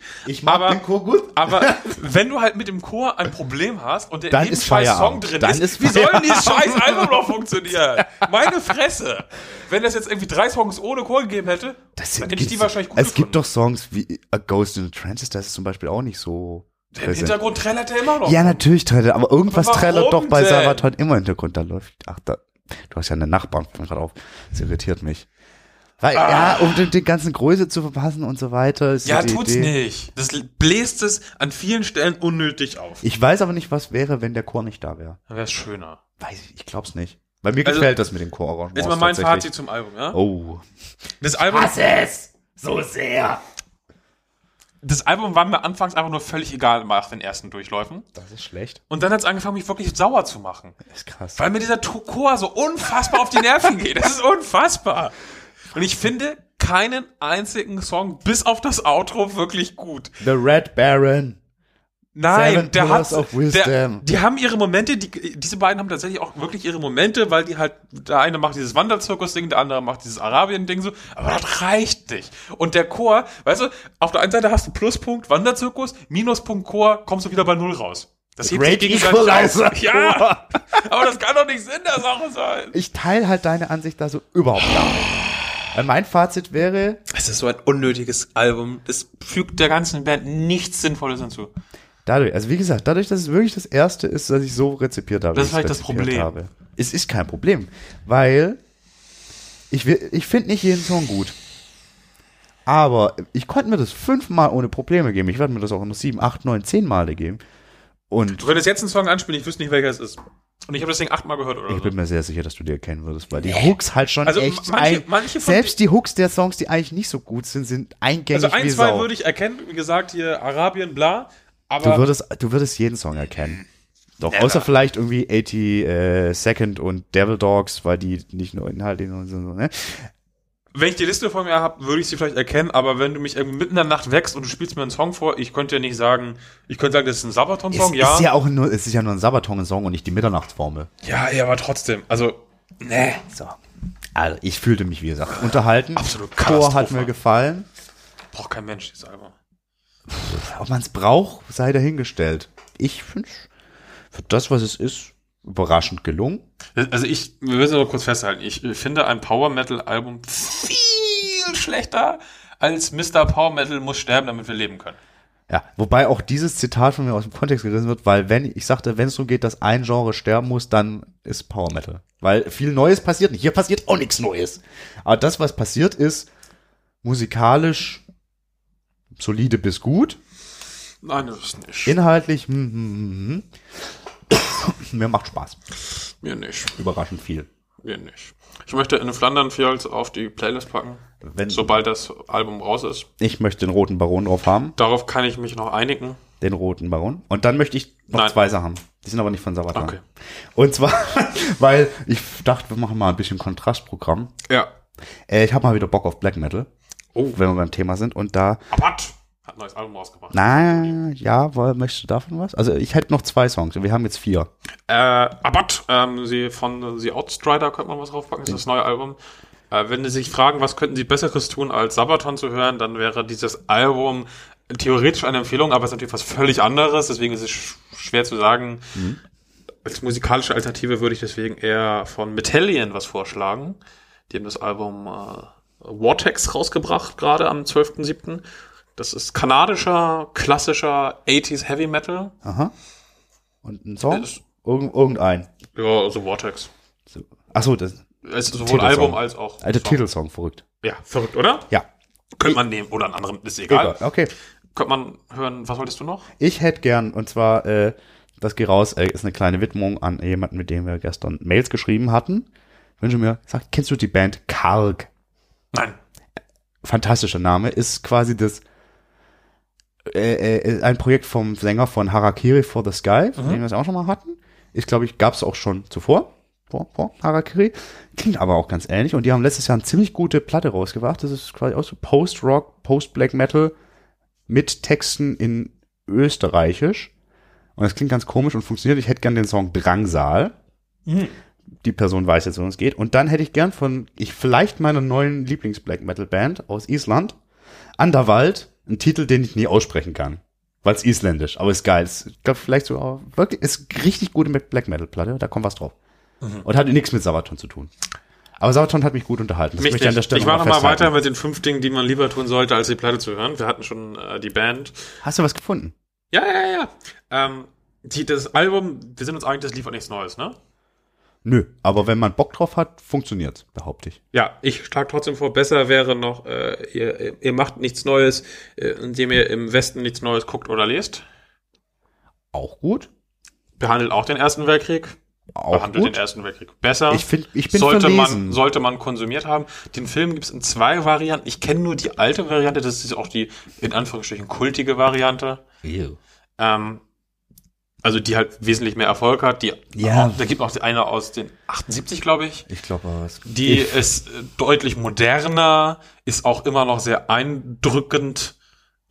S2: aber,
S3: Chor gut.
S2: Aber wenn du halt mit dem Chor ein Problem hast und der
S3: Dann
S2: in jedem
S3: ist
S2: scheiß Song
S3: Feierabend.
S2: drin
S3: Dann
S2: ist,
S3: ist
S2: wie soll denn dieses scheiß
S3: Feierabend.
S2: Album noch funktionieren? Meine Fresse! Wenn das jetzt irgendwie drei Songs ohne Chor gegeben hätte,
S3: Das
S2: dann
S3: sind,
S2: hätte ich die wahrscheinlich gut
S3: es gibt doch Songs wie A Ghost in a Trance. Das ist zum Beispiel auch nicht so.
S2: Im
S3: präsent.
S2: Hintergrund trällert er immer noch.
S3: Ja, natürlich trällert, er, aber irgendwas
S2: Aber warum
S3: trällert doch bei
S2: denn?
S3: Sabaton immer im Hintergrund. Da läuft, ach, da, du hast ja eine Nachbarn von gerade auf. Das irritiert mich. Weil, ja, um den, den ganzen Größe zu verpassen und so weiter. Ist
S2: Ah. ja
S3: die
S2: tut's
S3: Idee.
S2: nicht. Das bläst es an vielen Stellen unnötig auf.
S3: Ich weiß aber nicht, was wäre, wenn der Chor nicht da wäre.
S2: Dann wär's schöner.
S3: Weiß ich, ich glaub's nicht. Weil mir
S2: Also,
S3: gefällt das mit dem Chor Orange
S2: Jetzt mal
S3: Moss
S2: mein Fazit
S3: tatsächlich.
S2: zum Album, ja?
S3: Oh.
S2: Das Album,
S1: es so sehr.
S2: das Album war mir anfangs einfach nur völlig egal nach den ersten Durchläufen.
S3: Das ist schlecht.
S2: Und dann hat es angefangen, mich wirklich sauer zu machen.
S3: Das ist krass.
S2: Weil mir dieser Chor so unfassbar auf die Nerven geht. Das ist unfassbar. Und ich finde keinen einzigen Song bis auf das Outro wirklich gut.
S3: The Red Baron.
S2: Nein,
S3: Seven
S2: der hat,
S3: Pillars of Wisdom.
S2: der, die haben ihre Momente, die, diese beiden haben tatsächlich auch wirklich ihre Momente, weil die halt, der eine macht dieses Wanderzirkus-Ding, der andere macht dieses Arabien-Ding so, aber das reicht nicht. Und der Chor, weißt du, auf der einen Seite hast du Pluspunkt Wanderzirkus, Minuspunkt Chor, kommst du wieder bei Null raus. Das hebt sich
S3: Great
S2: gegenseitig
S3: Equalizer.
S2: auf. Ja, aber das kann doch nicht Sinn der Sache sein.
S3: Ich teile halt deine Ansicht da so überhaupt gar nicht. Weil mein Fazit wäre,
S2: Es ist so ein unnötiges Album, das fügt der ganzen Band nichts Sinnvolles hinzu.
S3: dadurch, also wie gesagt, dadurch, dass es wirklich das erste ist, dass ich so rezipiert habe.
S2: Das
S3: wie
S2: ist
S3: ich
S2: halt das
S3: rezipiert
S2: Problem.
S3: Habe. Es ist kein Problem, weil ich, will- ich finde nicht jeden Song gut. Aber ich konnte mir das fünfmal ohne Probleme geben. Ich werde mir das auch noch sieben, acht, neun, zehn Male geben. Und
S2: Du könntest jetzt einen Song anspielen, ich wüsste nicht, welcher es ist. Und ich habe das Ding achtmal gehört oder
S3: ich
S2: so.
S3: bin mir sehr sicher, dass du die erkennen würdest, weil die Hooks halt schon
S2: Also
S3: echt
S2: manche-
S3: ein,
S2: manche von-
S3: selbst die Hooks der Songs, die eigentlich nicht so gut sind, sind eingängig
S2: Also ein,
S3: wie
S2: zwei
S3: Sau.
S2: würde ich erkennen, wie gesagt, hier Arabien, bla.
S3: Du
S2: Aber
S3: würdest, du würdest jeden Song erkennen. Doch, außer vielleicht irgendwie 80 äh, Second und Devil Dogs, weil die nicht nur Inhalte sind, sondern, ne?
S2: wenn ich die Liste vor mir habe, würde ich sie vielleicht erkennen, aber wenn du mich irgendwie mitten in der Nacht wächst und du spielst mir einen Song vor, ich könnte ja nicht sagen, ich könnte sagen, das ist ein Sabaton-Song,
S3: es
S2: ja.
S3: ist ja auch nur, es ist ja nur ein Sabaton-Song und nicht die Mitternachtsformel.
S2: Ja, ja, aber trotzdem. Also, ne.
S3: So. Also, ich fühlte mich, wie gesagt, unterhalten.
S2: Absolute
S3: Chor hat
S2: Katastrophe.
S3: mir gefallen.
S2: Braucht kein Mensch, dieses Album.
S3: Ob man es braucht, sei dahingestellt. Ich finde, für das, was es ist, überraschend gelungen.
S2: Also ich, wir müssen nur kurz festhalten, ich äh, finde ein Power-Metal-Album viel schlechter als Mr. Power-Metal muss sterben, damit wir leben können.
S3: Ja, wobei auch dieses Zitat von mir aus dem Kontext gerissen wird, weil wenn, ich sagte, wenn es darum geht, dass ein Genre sterben muss, dann ist Power Metal. Weil viel Neues passiert nicht. Hier passiert auch nichts Neues. Aber das, was passiert ist, musikalisch solide bis gut.
S2: Nein, das ist nicht.
S3: Inhaltlich, hm, hm, hm, hm. mir macht Spaß.
S2: Mir nicht.
S3: Überraschend viel.
S2: Mir nicht. Ich möchte in Flandern Fields auf die Playlist packen,
S3: Wenn,
S2: sobald das Album raus ist.
S3: ich möchte den roten Baron drauf haben.
S2: Darauf kann ich mich noch einigen.
S3: Den roten Baron. Und dann möchte ich noch
S2: Nein.
S3: zwei Sachen. Die sind aber nicht von Sabaton.
S2: Okay.
S3: Und zwar, weil ich dachte, wir machen mal ein bisschen Kontrastprogramm.
S2: Ja.
S3: Äh, ich habe mal wieder Bock auf Black Metal,
S2: Oh,
S3: wenn wir beim Thema sind. Und da,
S2: Abat hat ein neues Album rausgebracht.
S3: na ja, woll- möchtest du davon was? Also ich hätte noch zwei Songs. Wir haben jetzt vier.
S2: Äh, Abat, ähm, sie von The Outstrider könnte man was draufpacken, ist das neue Album. Äh, wenn Sie sich fragen, was könnten Sie Besseres tun, als Sabaton zu hören, dann wäre dieses Album theoretisch eine Empfehlung, aber es ist natürlich was völlig anderes, deswegen ist es sch schwer zu sagen. Als musikalische Alternative würde ich deswegen eher von Metallion was vorschlagen. Die haben das Album äh, Vortex rausgebracht, gerade am 12.07. Das ist kanadischer, klassischer 80s Heavy Metal.
S3: Aha. Und ein Song?
S2: Das-
S3: Irgend, irgendein.
S2: Ja, also Vortex.
S3: So. Achso, das
S2: Es ist sowohl
S3: Titelsong.
S2: Album als auch.
S3: alte
S2: Song.
S3: Titelsong, verrückt.
S2: Ja, verrückt, oder?
S3: Ja.
S2: Könnte man nehmen oder einen anderen, ist egal.
S3: Egal. Okay.
S2: Könnte man hören, was wolltest du noch?
S3: Ich hätte gern, und zwar, äh, das geht raus, äh, ist eine kleine Widmung an jemanden, mit dem wir gestern Mails geschrieben hatten. Wünsche mir, sagt, kennst du die Band Karg?
S2: Nein.
S3: fantastischer Name, ist quasi das äh, äh, ein Projekt vom Sänger von Harakiri for the Sky, von dem wir es auch schon mal hatten. Ich glaube, ich gab es auch schon zuvor, vor, vor Harakiri. Klingt aber auch ganz ähnlich. Und die haben letztes Jahr eine ziemlich gute Platte rausgebracht. Das ist quasi auch so Post-Rock, Post-Black Metal mit Texten in Österreichisch. Und das klingt ganz komisch und funktioniert. Ich hätte gern den Song Drangsal
S2: Mhm.
S3: die Person weiß jetzt, worum es geht. Und dann hätte ich gern von, ich vielleicht meiner neuen Lieblings-Black Metal-Band aus Island, Underwald, einen Titel, den ich nie aussprechen kann. Weil es isländisch, aber ist geil. Ist, ich glaub, vielleicht so, auch wirklich, ist richtig gute Black Metal-Platte, da kommt was drauf.
S2: Mhm.
S3: Und hat nichts mit Sabaton zu tun. Aber Sabaton hat mich gut unterhalten. Das
S2: Mich
S3: möchte ich an der
S2: nicht.
S3: Stelle
S2: Ich mache mal
S3: festhalten.
S2: weiter mit den fünf Dingen, die man lieber tun sollte, als die Platte zu hören. Wir hatten schon äh, die Band.
S3: Hast du was gefunden?
S2: Ja, ja, ja. ja. Ähm, die, das Album, wir sind uns eigentlich, das liefert nichts Neues, ne?
S3: Nö, aber wenn man Bock drauf hat, funktioniert's, behaupte ich.
S2: Ja, ich schlage trotzdem vor, besser wäre noch, äh, ihr, ihr macht nichts Neues, äh, indem ihr im Westen nichts Neues guckt oder lest.
S3: Auch gut.
S2: Behandelt auch den Ersten Weltkrieg.
S3: auch
S2: behandelt den
S3: gut.
S2: Ersten Weltkrieg besser.
S3: Ich, find, ich bin
S2: sollte
S3: verlesen.
S2: man, sollte man konsumiert haben. Den Film gibt's in zwei Varianten. Ich kenne nur die alte Variante, das ist auch die in Anführungsstrichen kultige Variante.
S1: Ew.
S2: Ähm, also die halt wesentlich mehr Erfolg hat. Die,
S1: Ja.
S2: Auch, da gibt auch eine aus den 78, glaube ich.
S1: Ich glaube was.
S2: Die
S3: Ich-
S2: ist äh, deutlich moderner, ist auch immer noch sehr eindrückend.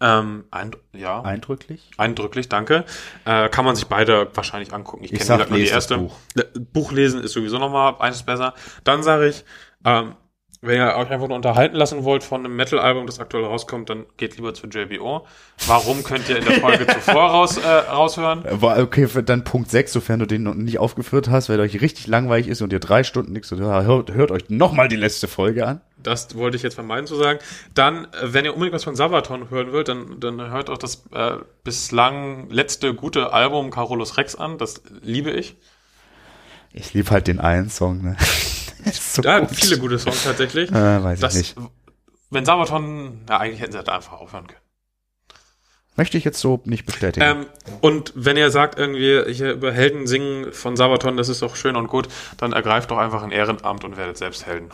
S2: Ähm, eind ja,
S3: eindrücklich.
S2: eindrücklich, danke. Äh, kann man sich beide wahrscheinlich angucken. Ich
S3: Ich
S2: kenne
S3: sag,
S2: gerade nur die
S3: lest das
S2: erste.
S3: Buch.
S2: Äh, Buch lesen ist sowieso nochmal eines besser. Dann sage ich, ähm, wenn ihr euch einfach nur unterhalten lassen wollt von einem Metal-Album, das aktuell rauskommt, dann geht lieber zu JBO. Warum könnt ihr in der Folge zuvor raus, äh, raushören?
S3: Äh, war- Okay, für- dann Punkt 6, sofern du den noch nicht aufgeführt hast, weil euch richtig langweilig ist und ihr drei Stunden nichts und hört, hört euch nochmal die letzte Folge an.
S2: Das wollte ich jetzt vermeiden zu sagen. Dann, äh, wenn ihr unbedingt was von Sabaton hören wollt, dann, dann hört auch das äh, bislang letzte gute Album Carolus Rex an. Das liebe ich.
S3: Ich liebe halt den einen Song, ne? Ist so
S2: Da
S3: gut.
S2: viele gute Songs tatsächlich.
S3: Äh, weiß
S2: das,
S3: ich nicht.
S2: Wenn Sabaton, na, eigentlich hätten sie halt einfach aufhören können.
S3: Möchte ich jetzt so nicht bestätigen.
S2: Ähm, und wenn ihr sagt, irgendwie hier über Helden singen von Sabaton, das ist doch schön und gut, dann ergreift doch einfach ein Ehrenamt und werdet selbst Helden.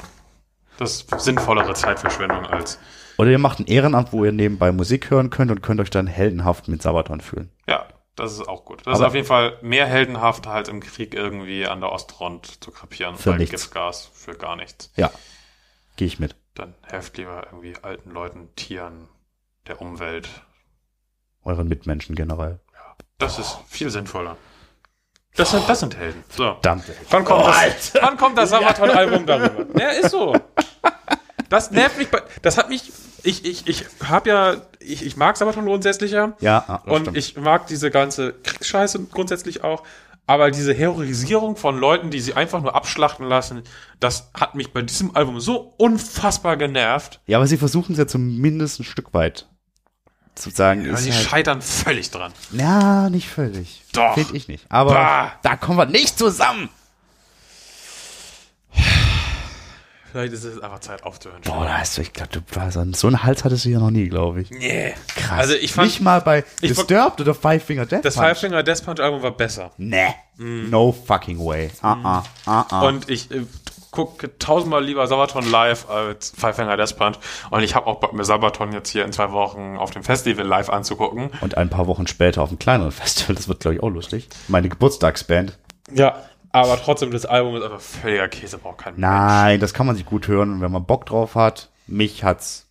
S2: Das ist sinnvollere Zeitverschwendung als,
S3: Oder ihr macht ein Ehrenamt, wo ihr nebenbei Musik hören könnt und könnt euch dann heldenhaft mit Sabaton fühlen.
S2: ja, das ist auch gut. Das ist
S3: Aber-
S2: auf jeden Fall mehr heldenhaft, als im Krieg irgendwie an der Ostfront zu kapieren.
S3: Für
S2: weil
S3: nichts.
S2: gibt's Gas, für gar nichts.
S3: Ja. Gehe ich mit.
S2: Dann helft lieber irgendwie alten Leuten, Tieren, der Umwelt.
S3: Euren Mitmenschen generell.
S2: Das ist viel sinnvoller. Das sind, das sind Helden. So.
S3: Damn.
S2: Wann kommt
S3: Oh,
S2: das, wann kommt das Sabaton-Album darüber? Ja, ist so. Das nervt mich. bei- Das hat mich. Ich, ich, ich habe ja. Ich, ich mag Sabaton grundsätzlicher.
S3: Ja, ah, das
S2: und
S3: stimmt.
S2: ich mag diese ganze Kriegsscheiße grundsätzlich auch. Aber diese Heroisierung von Leuten, die sie einfach nur abschlachten lassen, das hat mich bei diesem Album so unfassbar genervt.
S3: ja, aber sie versuchen es ja zumindest ein Stück weit zu sagen.
S2: Ja,
S3: ist
S2: sie
S3: halt,
S2: scheitern völlig dran.
S3: na, nicht völlig.
S2: Doch.
S3: Finde ich nicht. Aber
S2: Bah.
S3: da kommen wir nicht zusammen.
S2: Vielleicht ist es einfach Zeit aufzuhören.
S3: Boah, da hast du, ich glaube, du war so einen- so einen Hals hattest du ja noch nie, glaube ich.
S2: Nee.
S3: Krass.
S2: Also ich fand,
S3: nicht mal bei
S2: ich-
S3: Disturbed oder Five Finger Death
S2: das Five
S3: Punch.
S2: Finger Death Punch Album war besser.
S3: Nee. No fucking way. Ah, ah, ah, ah.
S2: Und ich äh, gucke tausendmal lieber Sabaton live als Five Finger Death Punch. Und ich habe auch Bock, mir Sabaton jetzt hier in zwei Wochen auf dem Festival live anzugucken.
S3: Und ein paar Wochen später auf einem kleineren Festival. Das wird, glaube ich, auch lustig. Meine Geburtstagsband.
S2: Ja. Aber trotzdem, das Album ist einfach völliger Käse, braucht keinen
S3: Nein, das kann man sich gut hören. Und wenn man Bock drauf hat, mich hat's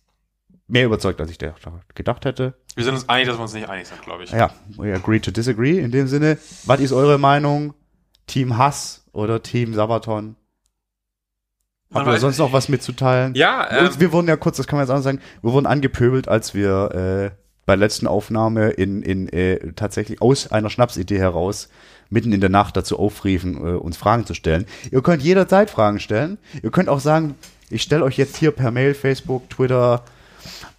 S3: mehr überzeugt, als ich der- gedacht hätte.
S2: Wir sind uns einig, dass wir uns nicht einig sind, glaube ich.
S3: Ja, we agree to disagree. In dem Sinne, was ist eure Meinung? Team Hass oder Team Sabaton?
S2: Man
S3: Habt ihr
S2: weiß-
S3: sonst noch was mitzuteilen?
S2: Ja, ähm,
S3: Uns- wir wurden ja kurz, das kann man jetzt auch sagen, wir wurden angepöbelt, als wir äh, bei der letzten Aufnahme in, in äh, tatsächlich aus einer Schnapsidee heraus mitten in der Nacht dazu aufriefen, äh, uns Fragen zu stellen. Ihr könnt jederzeit Fragen stellen. Ihr könnt auch sagen, ich stelle euch jetzt hier per Mail, Facebook, Twitter,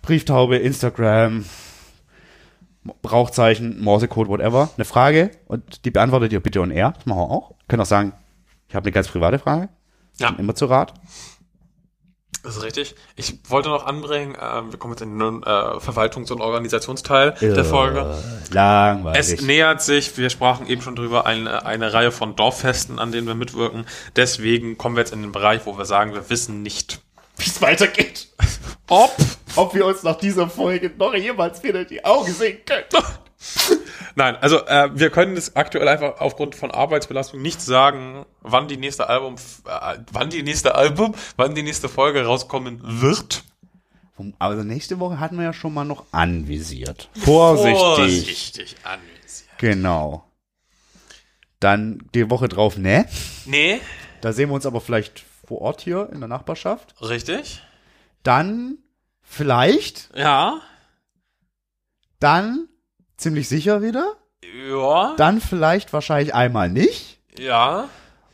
S3: Brieftaube, Instagram, Rauchzeichen, Morsecode, whatever, eine Frage und die beantwortet ihr bitte on air. Das machen wir auch. Könnt auch sagen, ich habe eine ganz private Frage.
S2: Ja.
S3: Immer zu Rat.
S2: Das ist richtig. Ich wollte noch anbringen, ähm, wir kommen jetzt in den äh, Verwaltungs- und Organisationsteil der Folge. Es
S3: Äh, Langweilig.
S2: nähert sich, wir sprachen eben schon drüber, eine, eine Reihe von Dorffesten, an denen wir mitwirken. Deswegen kommen wir jetzt in den Bereich, wo wir sagen, wir wissen nicht,
S3: Wie es weitergeht.
S2: ob
S3: Ob wir uns nach dieser Folge noch jemals wieder die Augen sehen können.
S2: Nein, also äh, wir können es aktuell einfach aufgrund von Arbeitsbelastung nicht sagen, wann die nächste Album, äh, wann die nächste Album, wann die nächste Folge rauskommen wird.
S3: Also nächste Woche hatten wir ja schon mal noch anvisiert.
S2: Vorsichtig anvisieren.
S3: Genau. Dann die Woche drauf, ne?
S2: Nee,
S3: Da sehen wir uns aber vielleicht vor Ort hier in der Nachbarschaft.
S2: richtig?
S3: Dann vielleicht,
S2: Ja,
S3: dann ziemlich sicher wieder,
S2: ja,
S3: dann vielleicht wahrscheinlich einmal nicht.
S2: ja.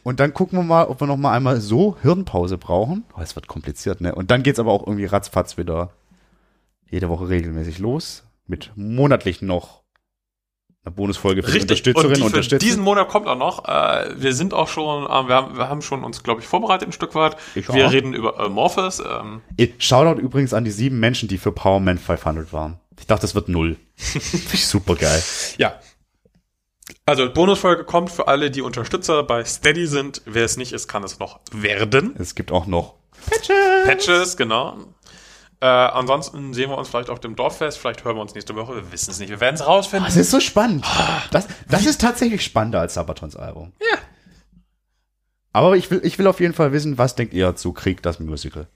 S3: Und dann gucken wir mal, ob wir noch mal einmal so Hirnpause brauchen. Oh, es wird kompliziert, ne? Und dann geht's aber auch irgendwie ratzfatz wieder jede Woche regelmäßig los mit monatlich noch einer Bonusfolge für die Unterstützerinnen und
S2: und die für
S3: Unterstützer.
S2: diesen Monat kommt auch noch. Äh, wir sind auch schon, äh, wir, haben, wir haben schon uns, glaube ich, vorbereitet ein Stück weit.
S3: Ich
S2: wir
S3: auch.
S2: reden über äh, Morpheus. Ähm,
S3: Eh, Shoutout übrigens an die sieben Menschen, die für Power Man 500 waren. Ich dachte, das wird null. Finde ich super geil.
S2: Ja. Also Bonusfolge kommt für alle, die Unterstützer bei Steady sind. Wer es nicht ist, kann es noch werden.
S3: Es gibt auch noch.
S2: Patches, genau. Äh, ansonsten sehen wir uns vielleicht auf dem Dorffest, vielleicht hören wir uns nächste Woche. Wir wissen es nicht, wir werden es rausfinden.
S3: Das ist so spannend. Das, das ist tatsächlich spannender als Sabatons Album.
S2: Ah. Ja.
S3: Aber ich will, ich will auf jeden Fall wissen, was denkt ihr zu Krieg, das Musical?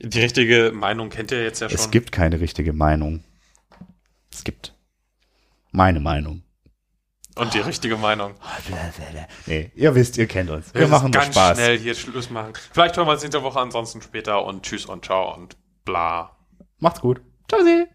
S2: Die richtige Meinung kennt ihr jetzt ja schon.
S3: Es gibt keine richtige Meinung. Es gibt meine Meinung.
S2: Und die richtige Meinung.
S3: Nee, ihr wisst, ihr kennt uns. Wir
S2: Es ist
S3: machen nur
S2: ganz
S3: Spaß.
S2: schnell hier Schluss machen. Vielleicht hören wir uns nächste Woche ansonsten später und tschüss und ciao und bla.
S3: Macht's gut. Tschüssi.